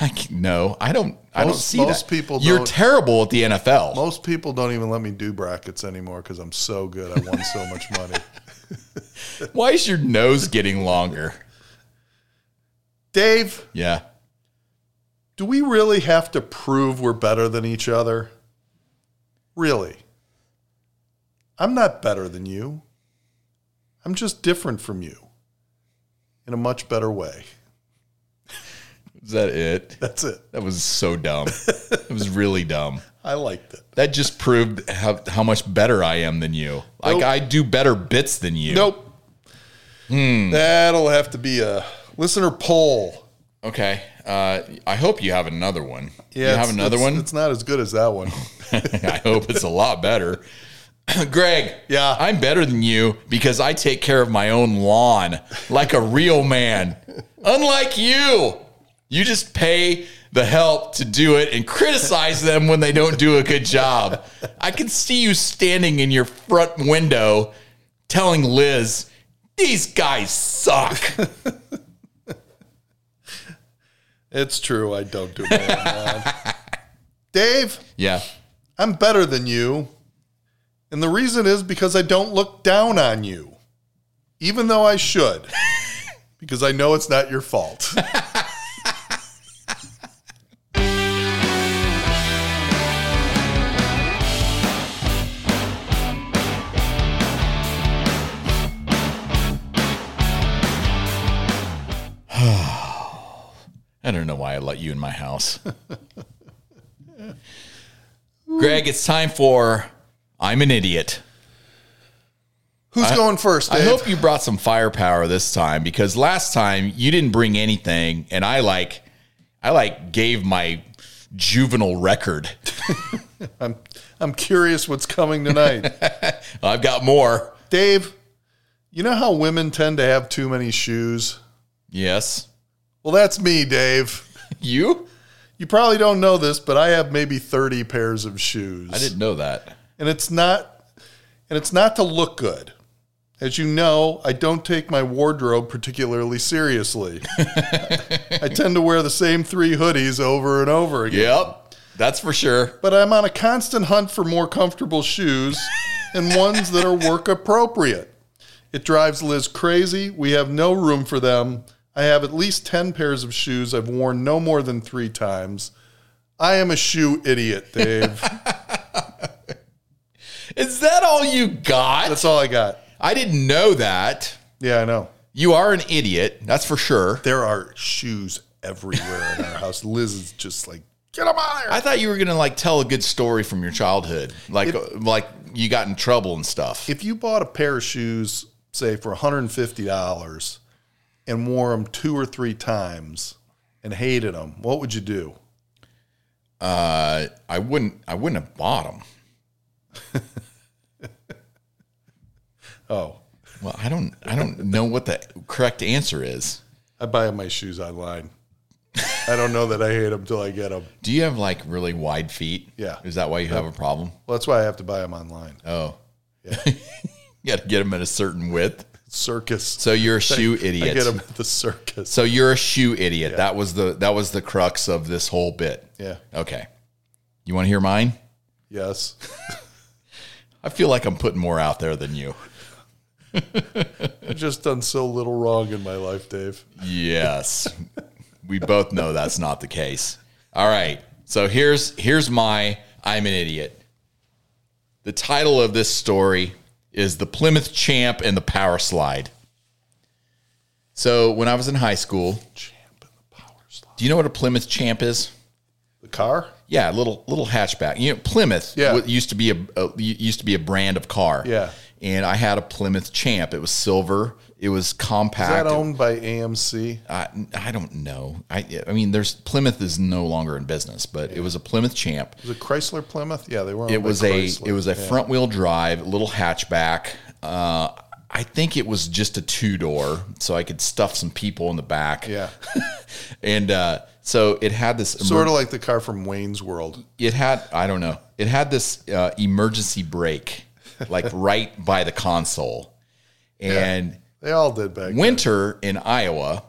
[SPEAKER 1] I can't- no, I don't. I don't
[SPEAKER 2] Most-
[SPEAKER 1] see
[SPEAKER 2] most
[SPEAKER 1] that.
[SPEAKER 2] people
[SPEAKER 1] You're
[SPEAKER 2] don't-
[SPEAKER 1] terrible at the NFL.
[SPEAKER 2] Most people don't even let me do brackets anymore because I'm so good. I won so much
[SPEAKER 1] [laughs]
[SPEAKER 2] money.
[SPEAKER 1] Why is your nose getting longer?
[SPEAKER 2] Dave,
[SPEAKER 1] Yeah.
[SPEAKER 2] do we really have to prove we're better than each other? Really? I'm not better than you. I'm just different from you in a much better way. [laughs]
[SPEAKER 1] Is that it?
[SPEAKER 2] That's it.
[SPEAKER 1] That was so dumb. it was really dumb.
[SPEAKER 2] I liked it.
[SPEAKER 1] That just proved how, how much better I am than you. Like
[SPEAKER 2] Nope.
[SPEAKER 1] I do better bits than you.
[SPEAKER 2] Nope.
[SPEAKER 1] Hmm.
[SPEAKER 2] That'll have to be a listener poll.
[SPEAKER 1] Okay. Uh, I hope you have another one. you have
[SPEAKER 2] it's-
[SPEAKER 1] another
[SPEAKER 2] it's-
[SPEAKER 1] one.
[SPEAKER 2] It's not as good as
[SPEAKER 1] [laughs]
[SPEAKER 2] that one.
[SPEAKER 1] I hope it's a lot better. [clears throat] Greg,
[SPEAKER 2] Yeah.
[SPEAKER 1] I'm better than you because I take care of my own lawn like a real man. Unlike you, you just pay the help to do it and criticize them when they don't do a good job. I can see you standing in your front window telling Liz, these guys suck.
[SPEAKER 2] It's true. I don't do my own lawn.
[SPEAKER 1] [laughs]
[SPEAKER 2] Dave,
[SPEAKER 1] yeah.
[SPEAKER 2] I'm better than you. And the reason is because I don't look down on you, even though I
[SPEAKER 1] [laughs]
[SPEAKER 2] should, because I know it's not your fault.
[SPEAKER 1] I don't know why I let you in my house. Greg, it's time for I'm an idiot.
[SPEAKER 2] Who's going first, Dave?
[SPEAKER 1] I hope you brought some firepower this time because last time you didn't bring anything, and I like, I like gave my juvenile record. [laughs]
[SPEAKER 2] I'm, I'm curious what's
[SPEAKER 1] [laughs]
[SPEAKER 2] coming tonight.
[SPEAKER 1] I've got more.
[SPEAKER 2] Dave, you know how women tend to have too many shoes?
[SPEAKER 1] Yes, [laughs]
[SPEAKER 2] Well, that's me, Dave.
[SPEAKER 1] you.
[SPEAKER 2] You probably don't know this, but I have maybe 30 pairs of shoes.
[SPEAKER 1] I didn't know that.
[SPEAKER 2] and it's not and it's not to look good. As you know, I don't take my wardrobe particularly seriously. I tend to wear the same three hoodies over and over again.
[SPEAKER 1] Yep, that's for sure.
[SPEAKER 2] But I'm on a constant hunt for more comfortable shoes and ones that are work appropriate. It drives Liz crazy. We have no room for them. I have at least 10 pairs of shoes I've worn no more than three times. I am a shoe idiot, Dave.
[SPEAKER 1] Is that all you got?
[SPEAKER 2] That's all I got.
[SPEAKER 1] I didn't know that.
[SPEAKER 2] Yeah, I know.
[SPEAKER 1] You are an idiot. That's for sure.
[SPEAKER 2] There are shoes everywhere in our house. Liz is just like, get them out of
[SPEAKER 1] I thought you were gonna like tell a good story from your childhood, like like you got in trouble and stuff.
[SPEAKER 2] If you bought a pair of shoes, say for $150 and wore them two or three times and hated them, what would you do?
[SPEAKER 1] uh, I wouldn't. I wouldn't have bought them.
[SPEAKER 2] Oh,
[SPEAKER 1] Well, I don't I don't know what the correct answer is.
[SPEAKER 2] I buy my shoes online. I don't know that I hate them till I get them.
[SPEAKER 1] Do you have like really wide feet?
[SPEAKER 2] Yeah.
[SPEAKER 1] Is that why you have a problem?
[SPEAKER 2] Well, that's why I have to buy them online.
[SPEAKER 1] Oh. [laughs] you got to get them at a certain width.
[SPEAKER 2] Circus.
[SPEAKER 1] So you're a shoe
[SPEAKER 2] [laughs] I
[SPEAKER 1] idiot.
[SPEAKER 2] get them at the circus.
[SPEAKER 1] So you're a shoe idiot. That was the that was the crux of this whole bit.
[SPEAKER 2] Yeah.
[SPEAKER 1] Okay. You want to hear mine?
[SPEAKER 2] Yes.
[SPEAKER 1] I feel like I'm putting more out there than you.
[SPEAKER 2] I've just done so little wrong in my life, Dave.
[SPEAKER 1] Yes. we both know that's not the case. All right. So here's here's my I'm an idiot. The title of this story is The Plymouth Champ and the Power Slide. So when I was in high school,
[SPEAKER 2] Champ in the power slot.
[SPEAKER 1] do you know what a Plymouth Champ is?
[SPEAKER 2] The car?
[SPEAKER 1] Yeah, a little little hatchback. You know, Plymouth
[SPEAKER 2] Yeah.
[SPEAKER 1] wa- used to be a, a used to be a brand of car.
[SPEAKER 2] Yeah.
[SPEAKER 1] And I had a Plymouth Champ. It was silver. It was
[SPEAKER 2] Is that
[SPEAKER 1] compact. It
[SPEAKER 2] owned by AMC?
[SPEAKER 1] I, I don't know. I I mean, there's Plymouth is no longer in business, but it was a Plymouth Champ.
[SPEAKER 2] Was it Chrysler Plymouth? Yeah, they were.
[SPEAKER 1] It was a it was a front wheel drive little hatchback. Uh, I think it was just a two door, so I could stuff some people in the back.
[SPEAKER 2] Yeah.
[SPEAKER 1] and uh, so it had this
[SPEAKER 2] Sort of like the car from Wayne's World.
[SPEAKER 1] it had I don't know. It had this uh, emergency brake, like [laughs] right by the console, and
[SPEAKER 2] They all did back then.
[SPEAKER 1] winter in Iowa,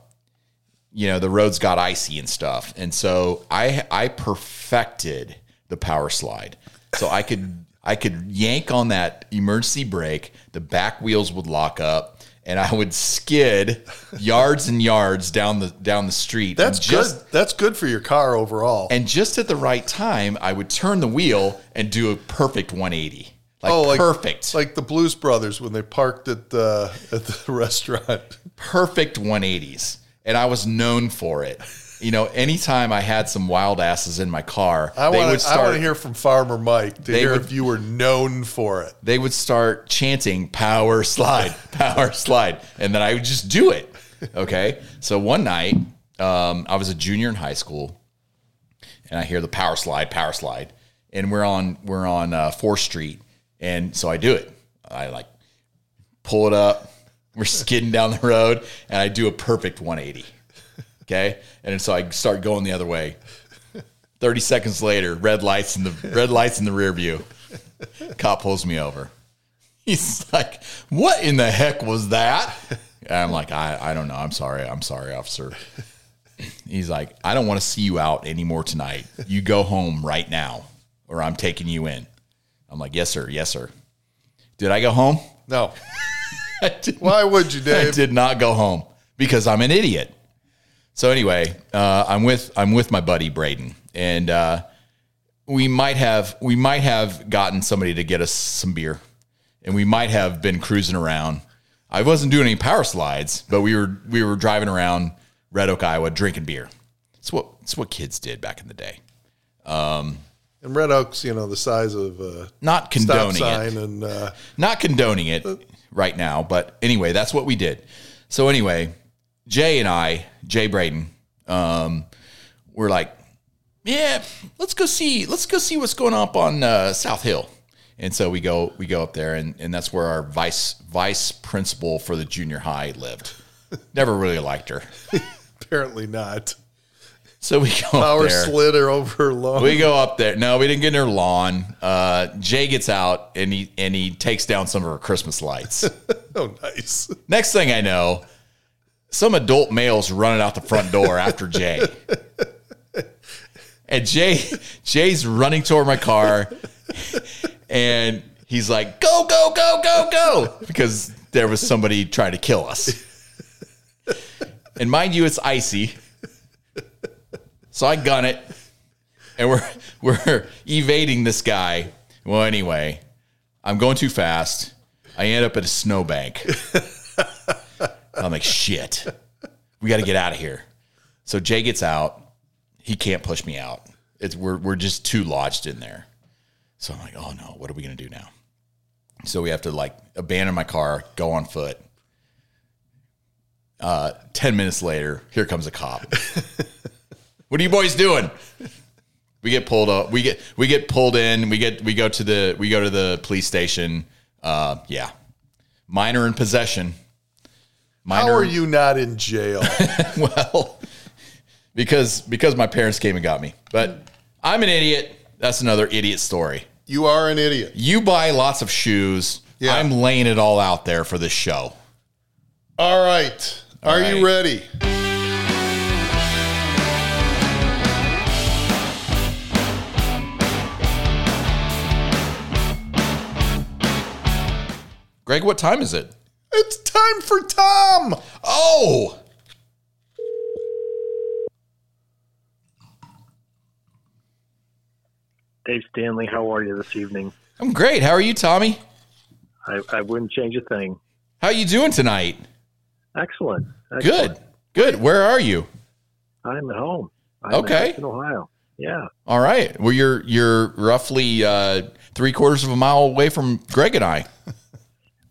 [SPEAKER 1] you know, the roads got icy and stuff. And so I I perfected the power slide. So I could I could yank on that emergency brake, the back wheels would lock up, and I would skid yards and yards down the down the street.
[SPEAKER 2] That's
[SPEAKER 1] And just
[SPEAKER 2] good. That's good for your car overall.
[SPEAKER 1] and just at the right time, I would turn the wheel and do a perfect 180. Like,
[SPEAKER 2] Oh, like-
[SPEAKER 1] perfect.
[SPEAKER 2] It's like the Blues Brothers when they parked at the at the [laughs] restaurant.
[SPEAKER 1] perfect 180s and i was known for it you know anytime i had some wild asses in my car
[SPEAKER 2] I
[SPEAKER 1] they
[SPEAKER 2] want
[SPEAKER 1] would
[SPEAKER 2] to. I want
[SPEAKER 1] start
[SPEAKER 2] to hear from Farmer Mike to hear
[SPEAKER 1] would-
[SPEAKER 2] if you were known for it.
[SPEAKER 1] they would start chanting power slide [laughs] power slide and then i would just do it okay so one night um, i was a junior in high school and i hear the power slide power slide and we're on we're on uh, 4th street and so i do it i like pull it up we're skidding down the road and i do a perfect 180 okay and so i start going the other way 30 seconds later red lights in the red lights in the rear view cop pulls me over. He's like, "What in the heck was that?" And I'm like, "I I don't know. I'm sorry. I'm sorry, officer." He's like, "I don't want to see you out anymore tonight. You go home right now, or I'm taking you in." I'm like, "Yes, sir. Yes, sir." Did I go home? [laughs]
[SPEAKER 2] No,
[SPEAKER 1] I did
[SPEAKER 2] why would you,
[SPEAKER 1] I
[SPEAKER 2] Dave?
[SPEAKER 1] [laughs] did not go home because I'm an idiot. So anyway, uh, I'm with I'm with my buddy Braden, and uh, we might have we might have gotten somebody to get us some beer, and we might have been cruising around. I wasn't doing any power slides, but we were we were driving around Red Oak, Iowa, drinking beer. It's what it's what kids did back in the day.
[SPEAKER 2] And Red Oaks, you know, the size of a
[SPEAKER 1] Not
[SPEAKER 2] stop
[SPEAKER 1] condoning it.
[SPEAKER 2] sign, and uh,
[SPEAKER 1] not condoning it right now, but anyway, that's what we did. So anyway, Jay and I, Jay Braden, um, were like, yeah, let's go see, let's go see what's going up on uh, South Hill. And so we go, we go up there, and, and that's where our vice vice principal for the junior high lived. Never really liked her,
[SPEAKER 2] apparently not.
[SPEAKER 1] so we go up
[SPEAKER 2] Power
[SPEAKER 1] there.
[SPEAKER 2] slid her over her lawn.
[SPEAKER 1] We go up there. No, we didn't get in her lawn. Uh, Jay gets out and he and he takes down some of her Christmas lights.
[SPEAKER 2] [laughs] oh, nice.
[SPEAKER 1] Next thing I know, some adult male's running out the front door after Jay. And Jay Jay's running toward my car and he's like, go, go, go, go, go. Because there was somebody trying to kill us. And mind you, it's icy. So I gun it. And we're we're evading this guy. Well, anyway, I'm going too fast. I end up at a snowbank. I'm like, shit, we got to get out of here. So Jay gets out. He can't push me out. It's we're we're just too lodged in there. So I'm like, oh no, what are we gonna do now? So we have to like abandon my car, go on foot. Uh, ten minutes later, here comes a cop. what are you boys doing? We get pulled up. We get we get pulled in. We get we go to the we go to the police station. Uh, yeah, minor in possession. Minor
[SPEAKER 2] How are you not
[SPEAKER 1] [laughs]
[SPEAKER 2] in jail?
[SPEAKER 1] well, because because my parents came and got me. But I'm an idiot. That's another idiot story.
[SPEAKER 2] you are an idiot.
[SPEAKER 1] You buy lots of shoes.
[SPEAKER 2] Yeah.
[SPEAKER 1] I'm laying it all out there for this show.
[SPEAKER 2] All right. Are you
[SPEAKER 1] right.
[SPEAKER 2] ready?
[SPEAKER 1] Greg, what time is it?
[SPEAKER 2] It's time for Tom.
[SPEAKER 1] Oh,
[SPEAKER 3] Dave Stanley, how are you this evening?
[SPEAKER 1] I'm great. How are you, Tommy?
[SPEAKER 3] I, I wouldn't change a thing.
[SPEAKER 1] How you doing tonight?
[SPEAKER 3] Excellent. Excellent.
[SPEAKER 1] Good. Good. Where are you?
[SPEAKER 3] I'm at home. I'm in
[SPEAKER 1] Okay.
[SPEAKER 3] Hudson, Ohio. Yeah.
[SPEAKER 1] All right. Well, you're you're roughly uh, three quarters of a mile away from Greg and I.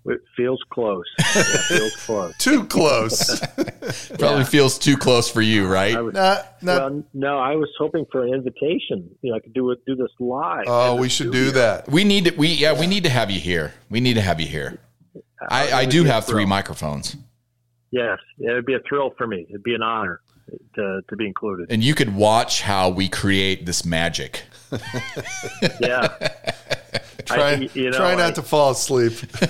[SPEAKER 3] It feels
[SPEAKER 2] [laughs]
[SPEAKER 3] close. Yeah, it feels close.
[SPEAKER 2] Too close.
[SPEAKER 1] Probably feels too close for you, right?
[SPEAKER 3] I
[SPEAKER 2] [laughs]
[SPEAKER 3] was,
[SPEAKER 2] not not
[SPEAKER 3] well, no, I was hoping for an invitation. You know, I could do it, do this live.
[SPEAKER 2] Oh, we should do that.
[SPEAKER 1] we need to, we yeah, we need to have you here. We need to have you here.
[SPEAKER 3] I
[SPEAKER 1] I, I do have three microphones,
[SPEAKER 3] Yes, it'd be a thrill for me. It'd be an honor to, to
[SPEAKER 2] [laughs]
[SPEAKER 3] be included.
[SPEAKER 1] and you could watch how we create this magic.
[SPEAKER 3] Yeah,
[SPEAKER 2] [laughs] Try,
[SPEAKER 3] I- you know,
[SPEAKER 2] try not
[SPEAKER 3] I-
[SPEAKER 2] to fall asleep. [laughs]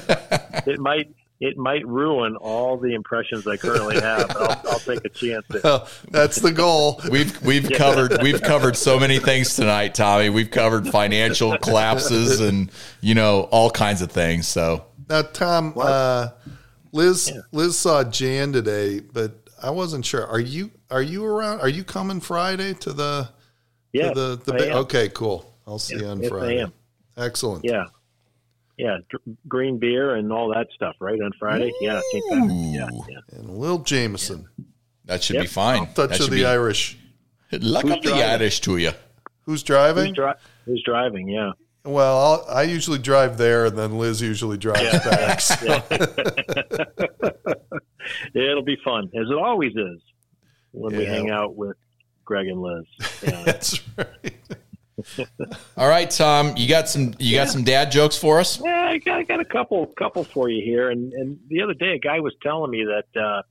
[SPEAKER 3] it might it might ruin all the impressions I currently have. But I'll, I'll take
[SPEAKER 2] [laughs]
[SPEAKER 3] a chance. At,
[SPEAKER 2] That's the goal.
[SPEAKER 1] We've we've covered we've covered so many things tonight, Tommy. We've covered financial collapses and you know all kinds of things. So
[SPEAKER 2] Now, Tom, uh, Liz, Liz saw Jan today, but I wasn't sure. Are you are you around? Are you coming Friday to the to
[SPEAKER 3] yeah,
[SPEAKER 2] the, the
[SPEAKER 3] I
[SPEAKER 2] ba-
[SPEAKER 3] am.
[SPEAKER 2] okay? Cool. I'll see you on
[SPEAKER 3] yes, I
[SPEAKER 2] Friday.
[SPEAKER 3] am.
[SPEAKER 2] Excellent.
[SPEAKER 3] yeah, yeah, dr- green beer and all that stuff, right on Friday. Yeah, St. Patrick's. yeah, yeah.
[SPEAKER 2] And Will Jameson,
[SPEAKER 1] that should be
[SPEAKER 3] Yep.
[SPEAKER 1] fine.
[SPEAKER 2] touch
[SPEAKER 1] That
[SPEAKER 2] of
[SPEAKER 1] should
[SPEAKER 2] the
[SPEAKER 1] be-
[SPEAKER 2] Irish.
[SPEAKER 1] Luck
[SPEAKER 3] Who's
[SPEAKER 1] up the
[SPEAKER 3] driving?
[SPEAKER 1] Irish to you.
[SPEAKER 2] Who's driving?
[SPEAKER 3] Who's, dri- who's driving? Yeah,
[SPEAKER 2] well, I'll, I usually drive there, and then Liz usually drives back. So-
[SPEAKER 3] [laughs] yeah. [laughs] It'll be fun, as it always is when we
[SPEAKER 2] Yeah.
[SPEAKER 3] hang out with Greg and Liz. Yeah.
[SPEAKER 2] That's [laughs] right.
[SPEAKER 1] All right, Tom, you got some you got some dad jokes for us? [laughs]
[SPEAKER 3] Yeah, I got, I got a couple couple for you here. And and the other day, a guy was telling me that uh,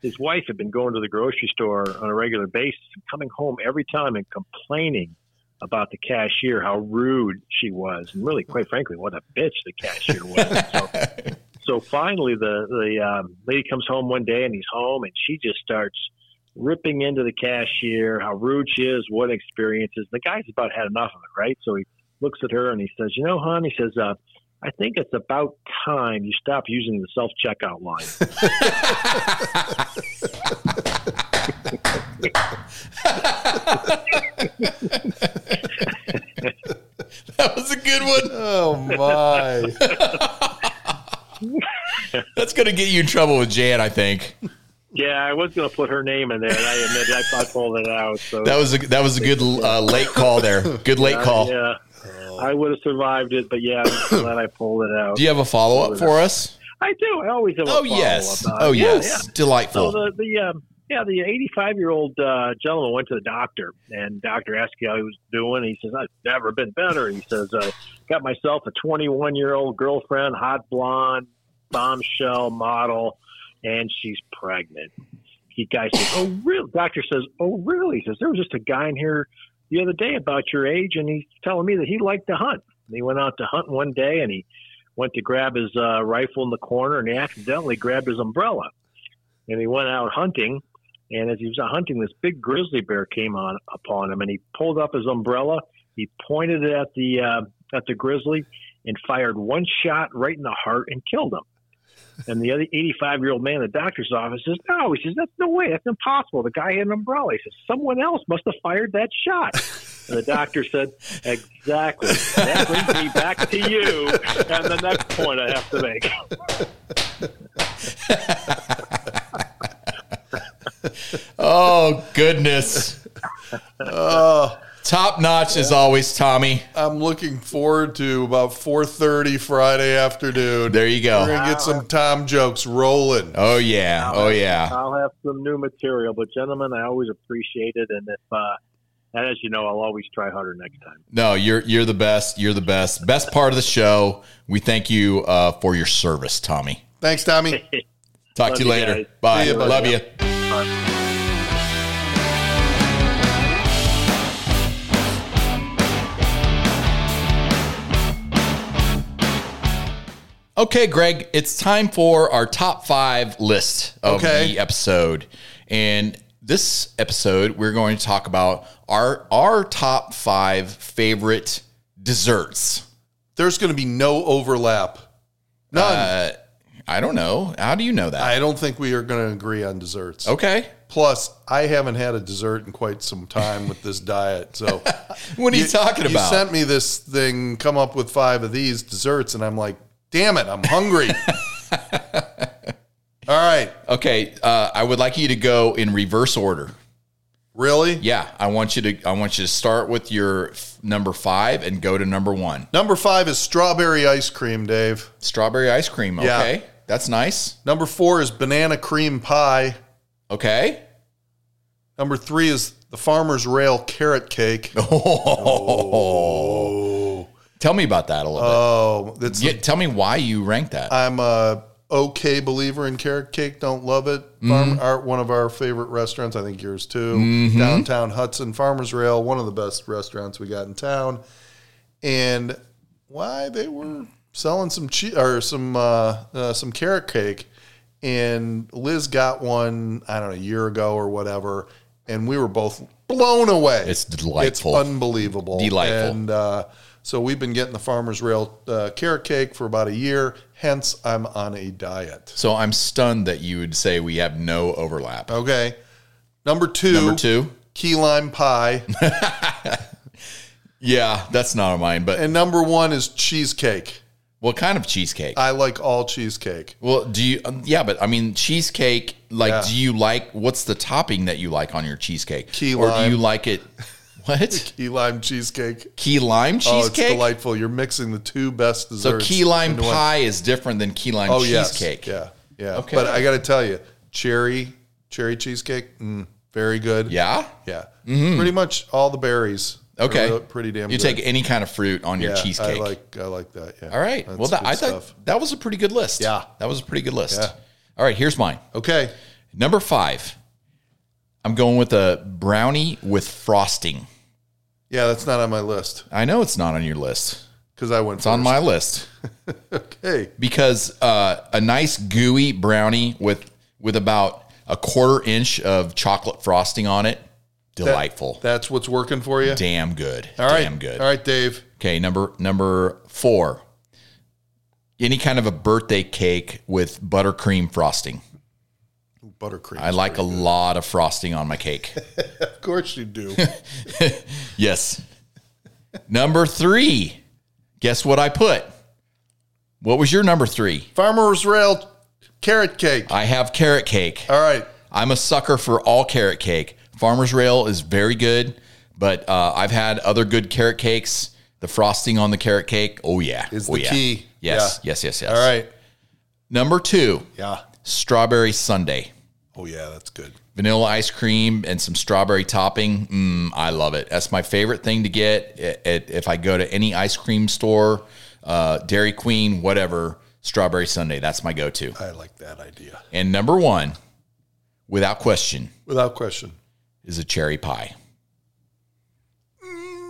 [SPEAKER 3] his wife had been going to the grocery store on a regular basis, coming home every time and complaining about the cashier, how rude she was, and really, quite frankly, what a bitch the cashier was. so, so finally, the the um, lady comes home one day, and he's home, and she just starts. Ripping into the cashier, how rude she is, what experiences. The guy's about had enough of it, right? So he looks at her and he says, "You know, hon," he says, uh, I think it's about time you stop using the self checkout line.
[SPEAKER 1] [laughs] That was a good one.
[SPEAKER 2] Oh
[SPEAKER 1] [laughs]
[SPEAKER 2] my!
[SPEAKER 1] That's gonna get you in trouble with Jan, I think.
[SPEAKER 3] yeah, I was going to put her name in there, and I admit I thought pulled it out. So uh,
[SPEAKER 1] That was a that was a good uh, late call there. Good late call.
[SPEAKER 3] yeah, I would have survived it, but yeah,
[SPEAKER 1] [coughs]
[SPEAKER 3] I'm glad I pulled it out.
[SPEAKER 1] Do you have a follow up for us?
[SPEAKER 3] I do. I always have. A
[SPEAKER 1] Oh
[SPEAKER 3] follow-up
[SPEAKER 1] yes.
[SPEAKER 3] on it.
[SPEAKER 1] Oh
[SPEAKER 3] Yeah,
[SPEAKER 1] yes.
[SPEAKER 3] yeah. So
[SPEAKER 1] Delightful.
[SPEAKER 3] the the um, yeah the 85 year old uh, gentleman went to the doctor, and doctor asked how he was doing. He says, "I've never been better." He says, "I got myself a 21 year old girlfriend, hot blonde, bombshell model, and she's pregnant." The guy says, "Oh really?" Doctor says, "Oh really?" He says, "There was just a guy in here the other day about your age, and he's telling me that he liked to hunt. And he went out to hunt one day, and he." Went to grab his uh, rifle in the corner and he accidentally grabbed his umbrella and he went out hunting. And as he was out hunting, this big grizzly bear came on upon him, and he pulled up his umbrella. He pointed it at the uh, at the grizzly and fired one shot right in the heart and killed him. And the other 85 year old man in the doctor's office says, "No," he says, "That's no way. That's impossible." The guy had an umbrella. He says, "Someone else must have fired that shot." And the doctor said, "Exactly." That brings me back to you and the next point I have to make.
[SPEAKER 1] Oh goodness.
[SPEAKER 2] Oh,
[SPEAKER 1] Top notch as always, Tommy.
[SPEAKER 2] I'm looking forward to about 4:30 Friday afternoon.
[SPEAKER 1] There you
[SPEAKER 2] We're
[SPEAKER 1] go.
[SPEAKER 2] gonna get some Tom jokes rolling.
[SPEAKER 1] Oh yeah. Oh yeah.
[SPEAKER 3] I'll have some new material, but gentlemen, I always appreciate it, and if uh, and as you know, I'll always try harder next time.
[SPEAKER 1] No, you're you're the best. You're the best. Best part of the show. We thank you uh, for your service, Tommy.
[SPEAKER 2] Thanks, Tommy.
[SPEAKER 1] Talk
[SPEAKER 3] Love
[SPEAKER 1] to you
[SPEAKER 3] you
[SPEAKER 1] later.
[SPEAKER 3] guys.
[SPEAKER 1] Bye.
[SPEAKER 2] See you, buddy.
[SPEAKER 1] Love you. Okay, Greg, it's time for our top five list of
[SPEAKER 2] Okay.
[SPEAKER 1] the episode. And this episode, we're going to talk about our our top five favorite desserts.
[SPEAKER 2] There's gonna be no overlap. None.
[SPEAKER 1] Uh, I don't know. How do you know that?
[SPEAKER 2] I don't think we are gonna agree on desserts.
[SPEAKER 1] okay.
[SPEAKER 2] Plus, I haven't had a dessert in quite some time with this diet.
[SPEAKER 1] [laughs]
[SPEAKER 2] So
[SPEAKER 1] What are you, talking about?
[SPEAKER 2] You sent me this thing, come up with five of these desserts, and I'm like, damn it, I'm
[SPEAKER 1] [laughs]
[SPEAKER 2] hungry. All right.
[SPEAKER 1] okay, uh, I would like you to go in reverse order.
[SPEAKER 2] Really?
[SPEAKER 1] Yeah, I want you to I want you to start with your f- number 5 and go to number 1.
[SPEAKER 2] Number five is strawberry ice cream, Dave.
[SPEAKER 1] Strawberry ice cream,
[SPEAKER 2] Yeah.
[SPEAKER 1] okay? That's nice.
[SPEAKER 2] Number four is banana cream pie.
[SPEAKER 1] [laughs] Okay.
[SPEAKER 2] Number three is the farmer's rail carrot cake.
[SPEAKER 1] Tell me about that a little
[SPEAKER 2] Oh,
[SPEAKER 1] Uh, bit.
[SPEAKER 2] that's Oh,
[SPEAKER 1] Yeah, tell me why you ranked that.
[SPEAKER 2] I'm uh, okay believer in carrot cake. Don't love it.
[SPEAKER 1] Mm-hmm.
[SPEAKER 2] Farm, our, one of our favorite restaurants. I think yours too.
[SPEAKER 1] Mm-hmm.
[SPEAKER 2] Downtown Hudson Farmers Rail, one of the best restaurants we got in town. And why they were selling some che- or some uh, uh, some carrot cake, and Liz got one. I don't know a year ago or whatever, and we were both blown away.
[SPEAKER 1] It's delightful.
[SPEAKER 2] It's unbelievable.
[SPEAKER 1] Delightful.
[SPEAKER 2] And uh, so we've been getting the farmers rail uh, carrot cake for about a year. Hence, I'm on a diet.
[SPEAKER 1] So I'm stunned that you would say we have no overlap.
[SPEAKER 2] Okay. Number two.
[SPEAKER 1] Number Uh, two.
[SPEAKER 2] Key lime
[SPEAKER 1] [laughs]
[SPEAKER 2] pie,
[SPEAKER 1] Yeah, that's not mine, but
[SPEAKER 2] and number one is cheesecake.
[SPEAKER 1] what kind of cheesecake?
[SPEAKER 2] I like all cheesecake.
[SPEAKER 1] well, do you, um, yeah, but I mean, cheesecake, like,
[SPEAKER 2] Yeah.
[SPEAKER 1] do you like, what's the topping that you like on your cheesecake?
[SPEAKER 2] Key
[SPEAKER 1] or
[SPEAKER 2] lime.
[SPEAKER 1] do you like
[SPEAKER 2] [laughs]
[SPEAKER 1] it, what?
[SPEAKER 2] Key lime cheesecake.
[SPEAKER 1] key lime
[SPEAKER 2] Oh, it's
[SPEAKER 1] cheesecake?
[SPEAKER 2] delightful. You're mixing the two best
[SPEAKER 1] so
[SPEAKER 2] desserts.
[SPEAKER 1] key lime
[SPEAKER 2] into one.
[SPEAKER 1] pie is different than key lime
[SPEAKER 2] Oh, yes.
[SPEAKER 1] cheesecake.
[SPEAKER 2] Yeah. Yeah.
[SPEAKER 1] Okay.
[SPEAKER 2] But I got to tell you, cherry, cherry cheesecake, mm, very good.
[SPEAKER 1] Yeah?
[SPEAKER 2] Yeah. Pretty much all the berries. are
[SPEAKER 1] Mm-hmm. Okay.
[SPEAKER 2] real- Pretty damn
[SPEAKER 1] You
[SPEAKER 2] good.
[SPEAKER 1] take any kind of fruit on your
[SPEAKER 2] Yeah,
[SPEAKER 1] cheesecake.
[SPEAKER 2] I like, I like that. Yeah.
[SPEAKER 1] All right.
[SPEAKER 2] That's
[SPEAKER 1] well, that,
[SPEAKER 2] good
[SPEAKER 1] I thought
[SPEAKER 2] stuff.
[SPEAKER 1] that was a pretty good list.
[SPEAKER 2] Yeah.
[SPEAKER 1] That was a pretty good list.
[SPEAKER 2] Yeah.
[SPEAKER 1] All right. Here's mine.
[SPEAKER 2] Okay.
[SPEAKER 1] Number five. I'm going with a brownie with frosting.
[SPEAKER 2] Yeah, that's not on my list
[SPEAKER 1] I know it's not on your list.
[SPEAKER 2] because I went
[SPEAKER 1] It's on my list
[SPEAKER 2] [laughs] Okay.
[SPEAKER 1] because uh, a nice gooey brownie with with about a quarter inch of chocolate frosting on it, delightful,
[SPEAKER 2] That's what's working for you.
[SPEAKER 1] damn good,
[SPEAKER 2] All right.
[SPEAKER 1] damn good.
[SPEAKER 2] All right, Dave.
[SPEAKER 1] Okay, number number four. Any kind of a birthday cake with buttercream frosting.
[SPEAKER 2] Buttercream.
[SPEAKER 1] I like a lot of frosting on my
[SPEAKER 2] [laughs]
[SPEAKER 1] cake.
[SPEAKER 2] of course
[SPEAKER 1] [laughs]
[SPEAKER 2] you do.
[SPEAKER 1] yes. Number three. Guess what I put? What was your number three?
[SPEAKER 2] Farmer's Rail carrot cake.
[SPEAKER 1] I have carrot cake.
[SPEAKER 2] All right.
[SPEAKER 1] I'm a sucker for all carrot cake. Farmer's Rail is very good, but uh, I've had other good carrot cakes. The frosting on the carrot cake, oh yeah,
[SPEAKER 2] Is
[SPEAKER 1] oh,
[SPEAKER 2] the
[SPEAKER 1] yeah.
[SPEAKER 2] key.
[SPEAKER 1] Yes,
[SPEAKER 2] Yeah.
[SPEAKER 1] yes, yes, yes.
[SPEAKER 2] All right.
[SPEAKER 1] Number two,
[SPEAKER 2] Yeah.
[SPEAKER 1] strawberry sundae,
[SPEAKER 2] Oh yeah, that's good.
[SPEAKER 1] vanilla ice cream, and some strawberry topping. Mm, I love it. That's my favorite thing to get i- i- if I go to any ice cream store, uh, Dairy Queen, whatever. Strawberry sundae. That's my go-to.
[SPEAKER 2] I like that idea.
[SPEAKER 1] And number one, without question,
[SPEAKER 2] Without question.
[SPEAKER 1] is a cherry pie.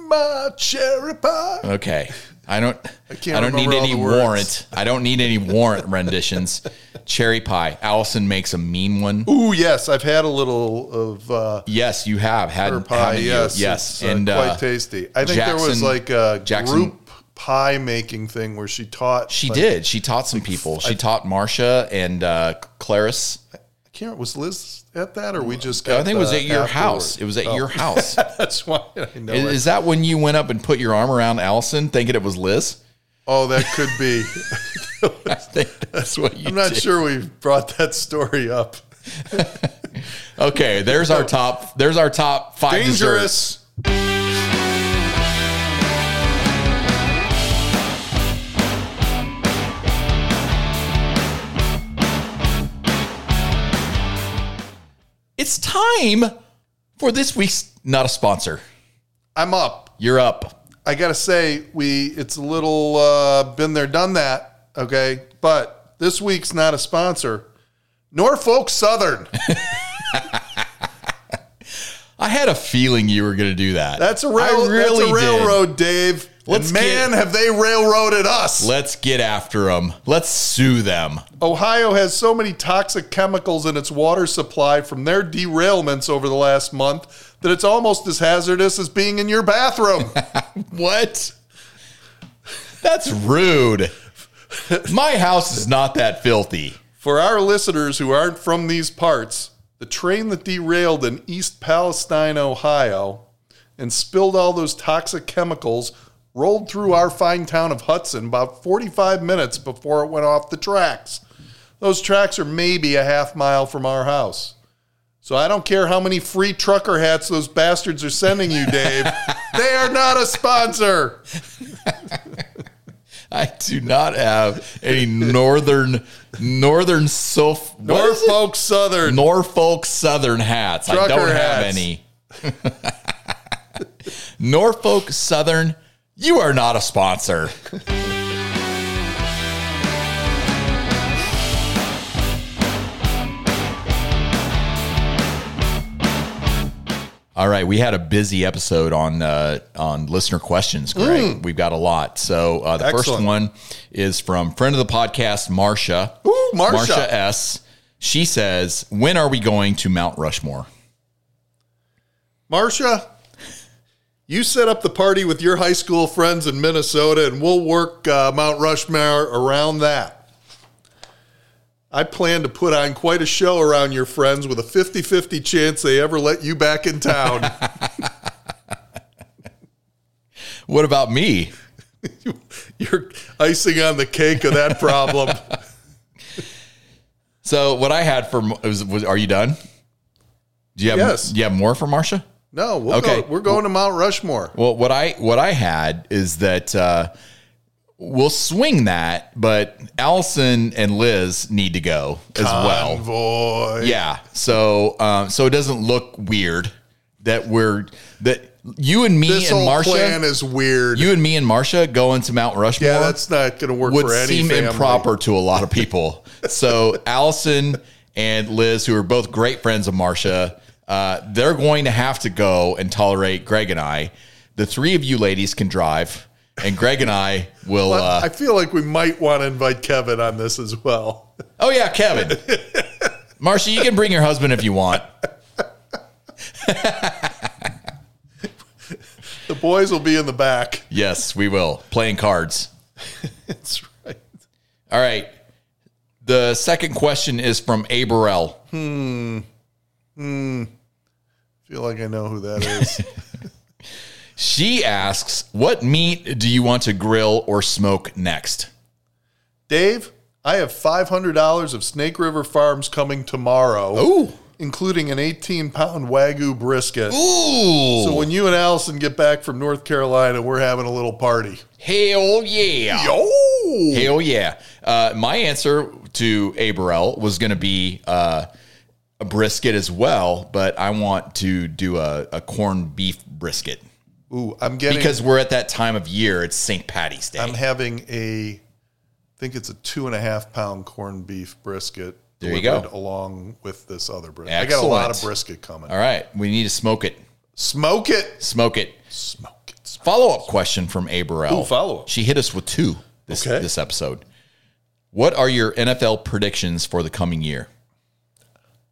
[SPEAKER 2] My cherry pie.
[SPEAKER 1] Okay. I don't I,
[SPEAKER 2] can't
[SPEAKER 1] don't need
[SPEAKER 2] remember all
[SPEAKER 1] any
[SPEAKER 2] the words.
[SPEAKER 1] warrant. I don't need any warrant renditions. Cherry pie. Allison makes a mean one.
[SPEAKER 2] Ooh, yes, I've had a little of uh
[SPEAKER 1] Yes, you have had
[SPEAKER 2] cherry pie.
[SPEAKER 1] haven't you?
[SPEAKER 2] Yes,
[SPEAKER 1] yes.
[SPEAKER 2] it's, uh,
[SPEAKER 1] and
[SPEAKER 2] quite
[SPEAKER 1] uh,
[SPEAKER 2] tasty. I think there was
[SPEAKER 1] Jackson-
[SPEAKER 2] like a
[SPEAKER 1] Jackson-
[SPEAKER 2] group pie making thing where she taught.
[SPEAKER 1] she
[SPEAKER 2] like-
[SPEAKER 1] did. She taught some people. She taught Marcia and uh, Clarice.
[SPEAKER 2] I can't. Was Liz at that, or we just? Got
[SPEAKER 1] I think it was
[SPEAKER 2] the
[SPEAKER 1] at your house.
[SPEAKER 2] afterwards? Oh.
[SPEAKER 1] It was at your house.
[SPEAKER 2] [laughs] That's why I know.
[SPEAKER 1] Is
[SPEAKER 2] it.
[SPEAKER 1] is that when you went up and put your arm around Allison thinking it was Liz? [laughs]
[SPEAKER 2] Oh, that could be.
[SPEAKER 1] I think that's what you
[SPEAKER 2] I'm not
[SPEAKER 1] did.
[SPEAKER 2] sure we brought that story up.
[SPEAKER 1] [laughs] Okay, there's our top there's our top five desserts.
[SPEAKER 2] Dangerous.
[SPEAKER 1] It's time for this week's not a sponsor.
[SPEAKER 2] I'm up.
[SPEAKER 1] You're up.
[SPEAKER 2] I gotta say, we it's a little uh, been there, done that. Okay, but this week's not a sponsor. Norfolk Southern.
[SPEAKER 1] I had a feeling you were going to do that.
[SPEAKER 2] That's a
[SPEAKER 1] I
[SPEAKER 2] rail.
[SPEAKER 1] really
[SPEAKER 2] that's
[SPEAKER 1] did.
[SPEAKER 2] a railroad, Dave.
[SPEAKER 1] Let's
[SPEAKER 2] and man,
[SPEAKER 1] get-
[SPEAKER 2] have they railroaded us.
[SPEAKER 1] Let's get after them. Let's sue them.
[SPEAKER 2] Ohio has so many toxic chemicals in its water supply from their derailments over the last month that it's almost as hazardous as being in your bathroom.
[SPEAKER 1] What? That's rude. My house is not that filthy.
[SPEAKER 2] For our listeners who aren't from these parts, the train that derailed in East Palestine, Ohio, and spilled all those toxic chemicals rolled through our fine town of Hudson about 45 minutes before it went off the tracks. Those tracks are maybe a half mile from our house. So I don't care how many free trucker hats those bastards are sending you,
[SPEAKER 1] [laughs]
[SPEAKER 2] Dave. they are not a sponsor.
[SPEAKER 1] I do not have any northern northern sof- what is it?
[SPEAKER 2] Norfolk Southern.
[SPEAKER 1] Norfolk Southern hats. I
[SPEAKER 2] Trucker
[SPEAKER 1] don't have
[SPEAKER 2] hats.
[SPEAKER 1] any. Norfolk Southern, you are not a sponsor. All right, we had a busy episode on uh, on listener questions, Greg. We've got a lot. So uh, the first
[SPEAKER 2] Hmm. Excellent.
[SPEAKER 1] one is from friend of the podcast, Marsha.
[SPEAKER 2] Ooh, Marsha.
[SPEAKER 1] Marsha S. She says, "When are we going to Mount Rushmore?"
[SPEAKER 2] Marcia, you set up the party with your high school friends in Minnesota, and we'll work uh, Mount Rushmore around that. I plan to put on quite a show around your friends with a 50 50 chance they ever let you back
[SPEAKER 1] [laughs]
[SPEAKER 2] in town.
[SPEAKER 1] What about me?
[SPEAKER 2] You're icing on the cake of that problem.
[SPEAKER 1] So what I had for was, was are you done? Do you have
[SPEAKER 2] Yes.
[SPEAKER 1] do you have more for Marsha?
[SPEAKER 2] No, we'll
[SPEAKER 1] Okay.
[SPEAKER 2] go, we're going to Mount Rushmore.
[SPEAKER 1] Well, what I what I had is that uh, we'll swing that, but Allison and Liz need to go as well.
[SPEAKER 2] Boy.
[SPEAKER 1] Yeah. So um, so it doesn't look weird that we're that you and me
[SPEAKER 2] This
[SPEAKER 1] and
[SPEAKER 2] whole plan
[SPEAKER 1] Marsha,
[SPEAKER 2] is weird.
[SPEAKER 1] you and me and Marsha going to Mount Rushmore
[SPEAKER 2] yeah, that's not going to work
[SPEAKER 1] would
[SPEAKER 2] for any
[SPEAKER 1] seem
[SPEAKER 2] family.
[SPEAKER 1] improper to a lot of people. so Allison and Liz, who are both great friends of Marsha, uh, they're going to have to go and tolerate Greg and I. The three of you ladies can drive, and Greg and I will. uh,
[SPEAKER 2] I feel like we might want to invite Kevin on this as well. [laughs]
[SPEAKER 1] oh yeah, Kevin, Marsha, you can bring your husband if you want.
[SPEAKER 2] The boys will be in
[SPEAKER 1] [laughs]
[SPEAKER 2] the back.
[SPEAKER 1] Yes, we will playing cards.
[SPEAKER 2] That's right.
[SPEAKER 1] All right. The second question is from Aberell.
[SPEAKER 2] feel like I know who
[SPEAKER 1] [laughs]
[SPEAKER 2] that is.
[SPEAKER 1] She asks, "What meat do you want to grill or smoke next?"
[SPEAKER 2] Dave, I have $500 of Snake River Farms coming tomorrow,
[SPEAKER 1] Ooh.
[SPEAKER 2] including an 18 pound Wagyu brisket.
[SPEAKER 1] Ooh.
[SPEAKER 2] So when you and Allison get back from North Carolina, we're having a little party.
[SPEAKER 1] Hell yeah.
[SPEAKER 2] Yo!
[SPEAKER 1] Hell yeah. Uh, my answer to Aberell was going to be uh, a brisket as well, but I want to do a, a corned beef brisket
[SPEAKER 2] Ooh, I'm getting.
[SPEAKER 1] because we're at that time of year. It's St. Patty's Day.
[SPEAKER 2] I'm having a, I think it's a two and a half pound corned beef brisket.
[SPEAKER 1] There you
[SPEAKER 2] delivered
[SPEAKER 1] go.
[SPEAKER 2] Along with this other brisket, I got a lot of
[SPEAKER 1] Excellent.
[SPEAKER 2] brisket coming.
[SPEAKER 1] All right. We need to smoke it.
[SPEAKER 2] Smoke it,
[SPEAKER 1] Smoke it.
[SPEAKER 2] smoke it. Smoke.
[SPEAKER 1] Follow up question from Aberell.
[SPEAKER 2] Ooh, follow-up.
[SPEAKER 1] She hit us with two this,
[SPEAKER 2] Okay.
[SPEAKER 1] this episode. What are your NFL predictions for the coming year?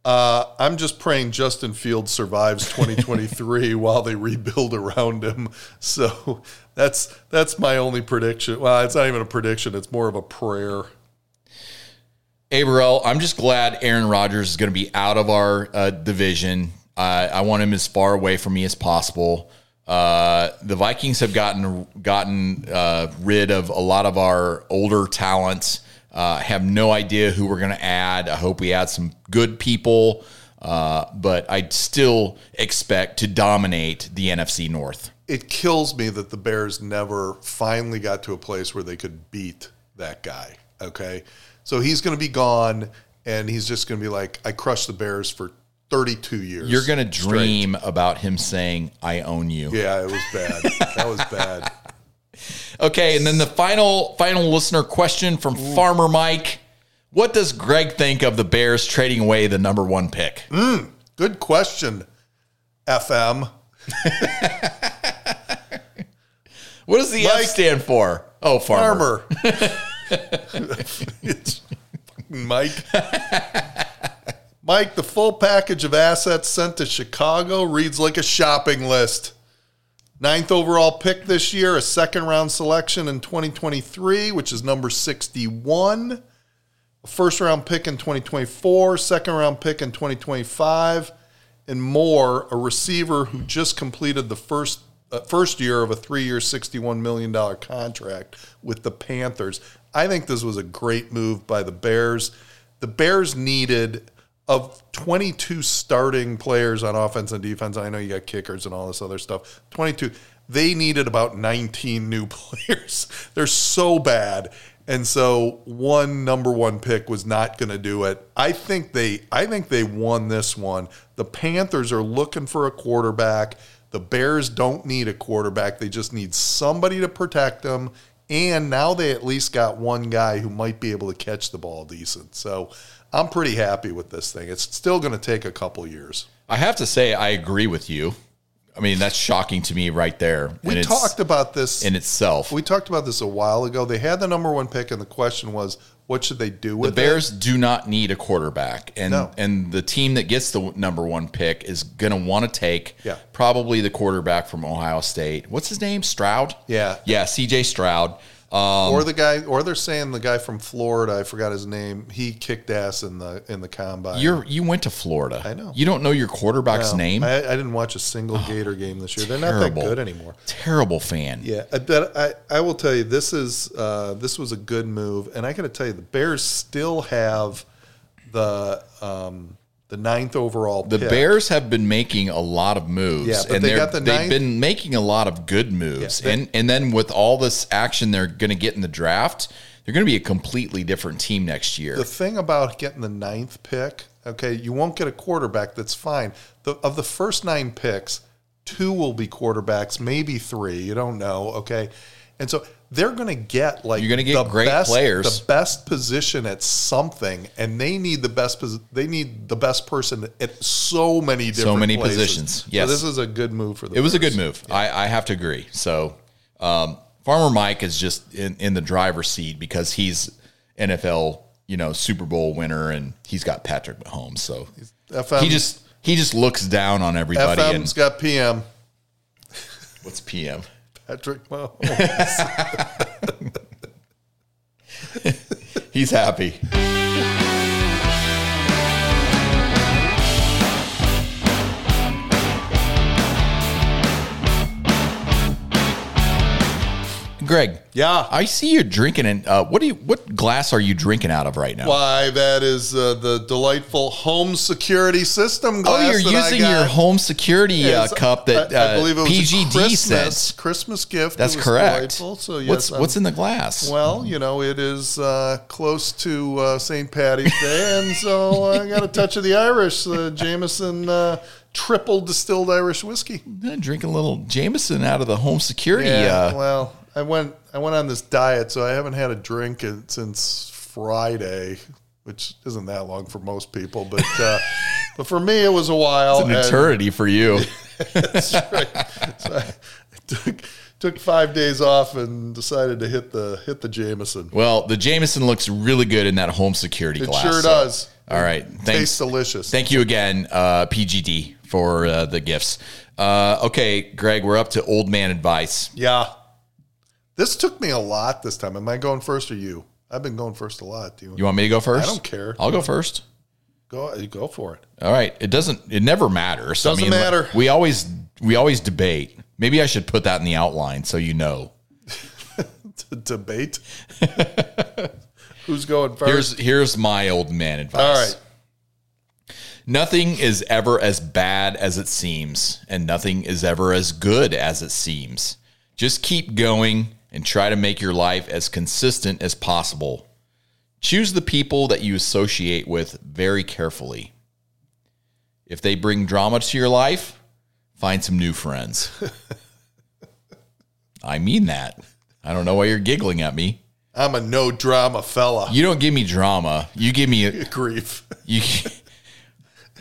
[SPEAKER 2] Uh, I'm just praying Justin Fields survives 2023 [laughs] while they rebuild around him. So that's that's my only prediction. Well, it's not even a prediction; it's more of a prayer.
[SPEAKER 1] Averell, I'm just glad Aaron Rodgers is going to be out of our uh, division. Uh, I want him as far away from me as possible. Uh, the Vikings have gotten gotten uh, rid of a lot of our older talents. Uh, I have no idea who we're going to add. I hope we add some good people, uh, but I still expect to dominate the NFC North.
[SPEAKER 2] It kills me that the Bears never finally got to a place where they could beat that guy. Okay. So he's going to be gone and he's just going to be like, I crushed the Bears for 32 years.
[SPEAKER 1] You're going to dream about him saying, "I own you."
[SPEAKER 2] Yeah, it was bad. that was bad.
[SPEAKER 1] Okay, and then the final final listener question from Farmer Mike. What does Greg think of the Bears trading away the number one pick?
[SPEAKER 2] Good question, FM.
[SPEAKER 1] What does the F
[SPEAKER 2] Mike-
[SPEAKER 1] stand for? Oh, farmer.
[SPEAKER 2] Farmer. it's fucking Mike. Mike, the full package of assets sent to Chicago reads like a shopping list. Ninth overall pick this year, a second round selection in 2023, which is number 61. A first round pick in 2024, second round pick in 2025, and more. A receiver who just completed the first uh, first year of a three year, $61 million contract with the Panthers. I think this was a great move by the Bears. The Bears needed of 22 starting players on offense and defense, I know you got kickers and all this other stuff. 22. They needed about 19 new [laughs] players. They're so bad. And so one number 1 pick was not going to do it. I think they I think they won this one. The Panthers are looking for a quarterback. The Bears don't need a quarterback. They just need somebody to protect them. And now they at least got one guy who might be able to catch the ball decent. So I'm pretty happy with this thing. It's still going to take a couple years.
[SPEAKER 1] I have to say, I agree with you. I mean, that's shocking to me right there.
[SPEAKER 2] We
[SPEAKER 1] in its-
[SPEAKER 2] talked about this.
[SPEAKER 1] in itself.
[SPEAKER 2] we talked about this a while ago. They had the number one pick, and the question was, what should they do
[SPEAKER 1] the
[SPEAKER 2] with it?
[SPEAKER 1] Bears do not need a quarterback, and
[SPEAKER 2] No.
[SPEAKER 1] and the team that gets the number one pick is going to want to take
[SPEAKER 2] Yeah.
[SPEAKER 1] probably the quarterback from Ohio State. What's his name? Stroud.
[SPEAKER 2] Yeah.
[SPEAKER 1] yeah. C.J. Stroud. Um,
[SPEAKER 2] or the guy, or they're saying the guy from Florida. I forgot his name. He kicked ass in the in the combine.
[SPEAKER 1] you're you went to Florida.
[SPEAKER 2] I know.
[SPEAKER 1] You don't know your quarterback's
[SPEAKER 2] No,
[SPEAKER 1] name. Oh,
[SPEAKER 2] I, I didn't watch a single Gator game this year. They're not that
[SPEAKER 1] terrible.
[SPEAKER 2] good anymore.
[SPEAKER 1] Terrible fan.
[SPEAKER 2] Yeah, I- but I, I will tell you this is uh, this was a good move, and I got to tell you the Bears still have the um, the ninth overall.
[SPEAKER 1] The
[SPEAKER 2] pick.
[SPEAKER 1] Bears have been making a lot of moves,
[SPEAKER 2] Yeah, but
[SPEAKER 1] and
[SPEAKER 2] they
[SPEAKER 1] they
[SPEAKER 2] got the
[SPEAKER 1] have
[SPEAKER 2] ninth-
[SPEAKER 1] been making a lot of good moves.
[SPEAKER 2] Yeah, they-
[SPEAKER 1] and and then with all this action they're going to get in the draft, they're going to be a completely different team next year.
[SPEAKER 2] The thing about getting the ninth pick, okay, you won't get a quarterback. That's fine. The, of the first nine picks, two will be quarterbacks, maybe three. You don't know, okay, and so they're going to get like
[SPEAKER 1] You're gonna get
[SPEAKER 2] the
[SPEAKER 1] great
[SPEAKER 2] best,
[SPEAKER 1] players.
[SPEAKER 2] the best position at something, and they need the best. posi- They need the best person at so many different
[SPEAKER 1] many
[SPEAKER 2] places.
[SPEAKER 1] positions,
[SPEAKER 2] So
[SPEAKER 1] yes.
[SPEAKER 2] this is a good move for the.
[SPEAKER 1] It was a good move. I, I have to agree. So, um, Farmer Mike is just in, in the driver's seat because he's NFL, you know, Super Bowl winner, and he's got Patrick Mahomes. So
[SPEAKER 2] FM,
[SPEAKER 1] he just he just looks down on everybody.
[SPEAKER 2] FM's
[SPEAKER 1] And
[SPEAKER 2] got PM
[SPEAKER 1] what's PM?
[SPEAKER 2] Patrick Mahomes.
[SPEAKER 1] He's happy. Greg,
[SPEAKER 2] [laughs] yeah.
[SPEAKER 1] I see you're drinking, and uh, what do you? What glass are you drinking out of right now?
[SPEAKER 2] Why, that is uh, the delightful home security system
[SPEAKER 1] Oh,
[SPEAKER 2] glass.
[SPEAKER 1] you're
[SPEAKER 2] that I
[SPEAKER 1] using your
[SPEAKER 2] got.
[SPEAKER 1] home security uh,
[SPEAKER 2] It's-
[SPEAKER 1] cup that uh, PGD
[SPEAKER 2] Christmas,
[SPEAKER 1] says.
[SPEAKER 2] Christmas gift.
[SPEAKER 1] That's
[SPEAKER 2] It was
[SPEAKER 1] correct.
[SPEAKER 2] delightful, so yes,
[SPEAKER 1] what's what's
[SPEAKER 2] I'm-
[SPEAKER 1] in the glass?
[SPEAKER 2] Well, you know, it is uh, close to uh, St. Patty's Day, and so I got a touch of the Irish, uh, Jameson uh, triple distilled Irish whiskey.
[SPEAKER 1] Eh, drinking a little Jameson out of the home security.
[SPEAKER 2] Yeah.
[SPEAKER 1] uh,
[SPEAKER 2] Well, I went I went on this diet, so I haven't had a drink in- since Friday, which isn't that long for most people, but [laughs] uh, but for me it was a while.
[SPEAKER 1] an
[SPEAKER 2] and-
[SPEAKER 1] eternity for you.
[SPEAKER 2] [laughs] That's [laughs] right. So I took took five days off and decided to hit the hit the Jameson.
[SPEAKER 1] Well, the Jameson looks really good in that home security
[SPEAKER 2] It
[SPEAKER 1] glass.
[SPEAKER 2] sure
[SPEAKER 1] so-
[SPEAKER 2] does.
[SPEAKER 1] All right. Thanks.
[SPEAKER 2] Tastes delicious.
[SPEAKER 1] Thank you again, uh, PGD, for uh, the gifts. Uh, okay, Greg, we're up to old man advice.
[SPEAKER 2] yeah. This took me a lot this time. Am I going first or you? I've been going first a lot. Do you,
[SPEAKER 1] You want me to go first?
[SPEAKER 2] don't care.
[SPEAKER 1] I'll go first.
[SPEAKER 2] go? You go for it.
[SPEAKER 1] All right. It doesn't. It never matters.
[SPEAKER 2] Doesn't matter.
[SPEAKER 1] We always we always debate. Maybe I should put that in the outline so you know.
[SPEAKER 2] [laughs] D- debate. Who's going first?
[SPEAKER 1] Here's here's my old man advice.
[SPEAKER 2] All right.
[SPEAKER 1] Nothing is ever as bad as it seems, and nothing is ever as good as it seems. Just keep going and try to make your life as consistent as possible. Choose the people that you associate with very carefully. If they bring drama to your life, find some new friends. I mean that. I don't know why you're giggling at me.
[SPEAKER 2] I'm a no drama fella. [laughs]
[SPEAKER 1] You don't give me drama. You give me
[SPEAKER 2] Grief.
[SPEAKER 1] you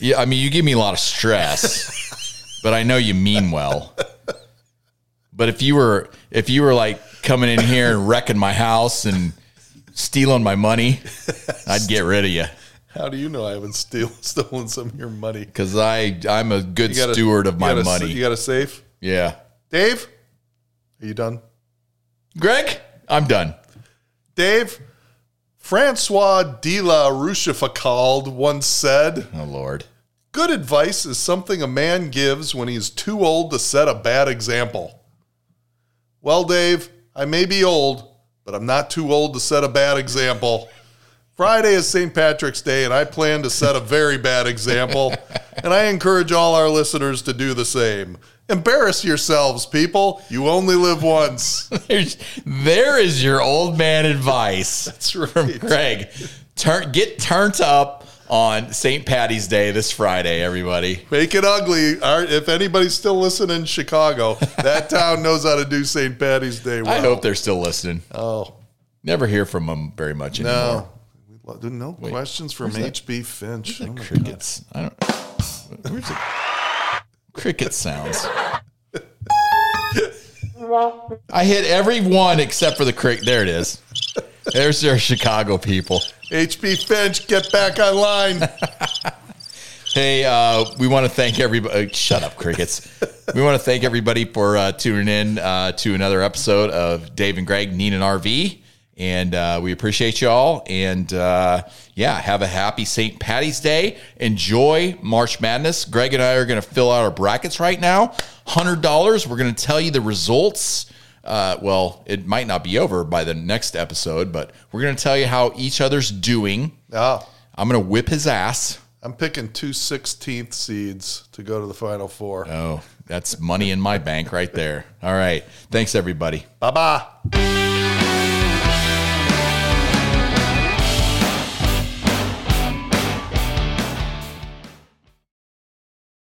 [SPEAKER 1] yeah i mean you give me a lot of stress but i know you mean well but if you were if you were like coming in here and wrecking my house and stealing my money i'd get rid of you
[SPEAKER 2] How do you know I haven't steal, [laughs] stolen some of your money?
[SPEAKER 1] because i i'm a good
[SPEAKER 2] You got a-
[SPEAKER 1] steward of
[SPEAKER 2] you
[SPEAKER 1] my
[SPEAKER 2] got a-
[SPEAKER 1] money
[SPEAKER 2] You got a safe?
[SPEAKER 1] yeah
[SPEAKER 2] Dave? Are you done?
[SPEAKER 1] greg i'm done
[SPEAKER 2] Dave, Francois de la Rochefoucauld once said,
[SPEAKER 1] oh lord
[SPEAKER 2] Good advice is something a man gives when he's too old to set a bad example. Well, Dave, I may be old, but I'm not too old to set a bad example. Friday is St. Patrick's Day, and I plan to set a very
[SPEAKER 1] [laughs]
[SPEAKER 2] bad example, and I encourage all our listeners to do the same. Embarrass yourselves, people. You only live once.
[SPEAKER 1] There's, there is your old man advice. [laughs]
[SPEAKER 2] [laughs]
[SPEAKER 1] That's from Greg. Turn, get turned up on St. Patty's Day this Friday, everybody.
[SPEAKER 2] Make it ugly. All right, If anybody's still listening in Chicago, that town knows how to do St. Patty's Day well.
[SPEAKER 1] I hope they're still listening.
[SPEAKER 2] Oh,
[SPEAKER 1] Never hear from them very much anymore.
[SPEAKER 2] no. We lo- No questions from H.B. Finch. Oh my God.
[SPEAKER 1] Crickets. I don't. Where's the cricket sounds? I hit every one except for the crick. There it is. There's your Chicago people.
[SPEAKER 2] HB Finch, get back online.
[SPEAKER 1] Hey, uh, we want to thank everybody. Shut up, crickets. we want to thank everybody for uh, tuning in uh, to another episode of Dave and Greg Need an RV, and uh, we appreciate you all. And uh, yeah, have a happy St. Patty's Day. Enjoy March Madness. Greg and I are going to fill out our brackets right now. Hundred dollars. We're going to tell you the results. Uh, well, it might not be over by the next episode, but we're going to tell you how each other's doing.
[SPEAKER 2] oh,
[SPEAKER 1] I'm going to whip his ass.
[SPEAKER 2] I'm picking two 16th seeds to go to the Final Four.
[SPEAKER 1] Oh, that's money in my bank right there. All right. Thanks, everybody.
[SPEAKER 2] Bye bye.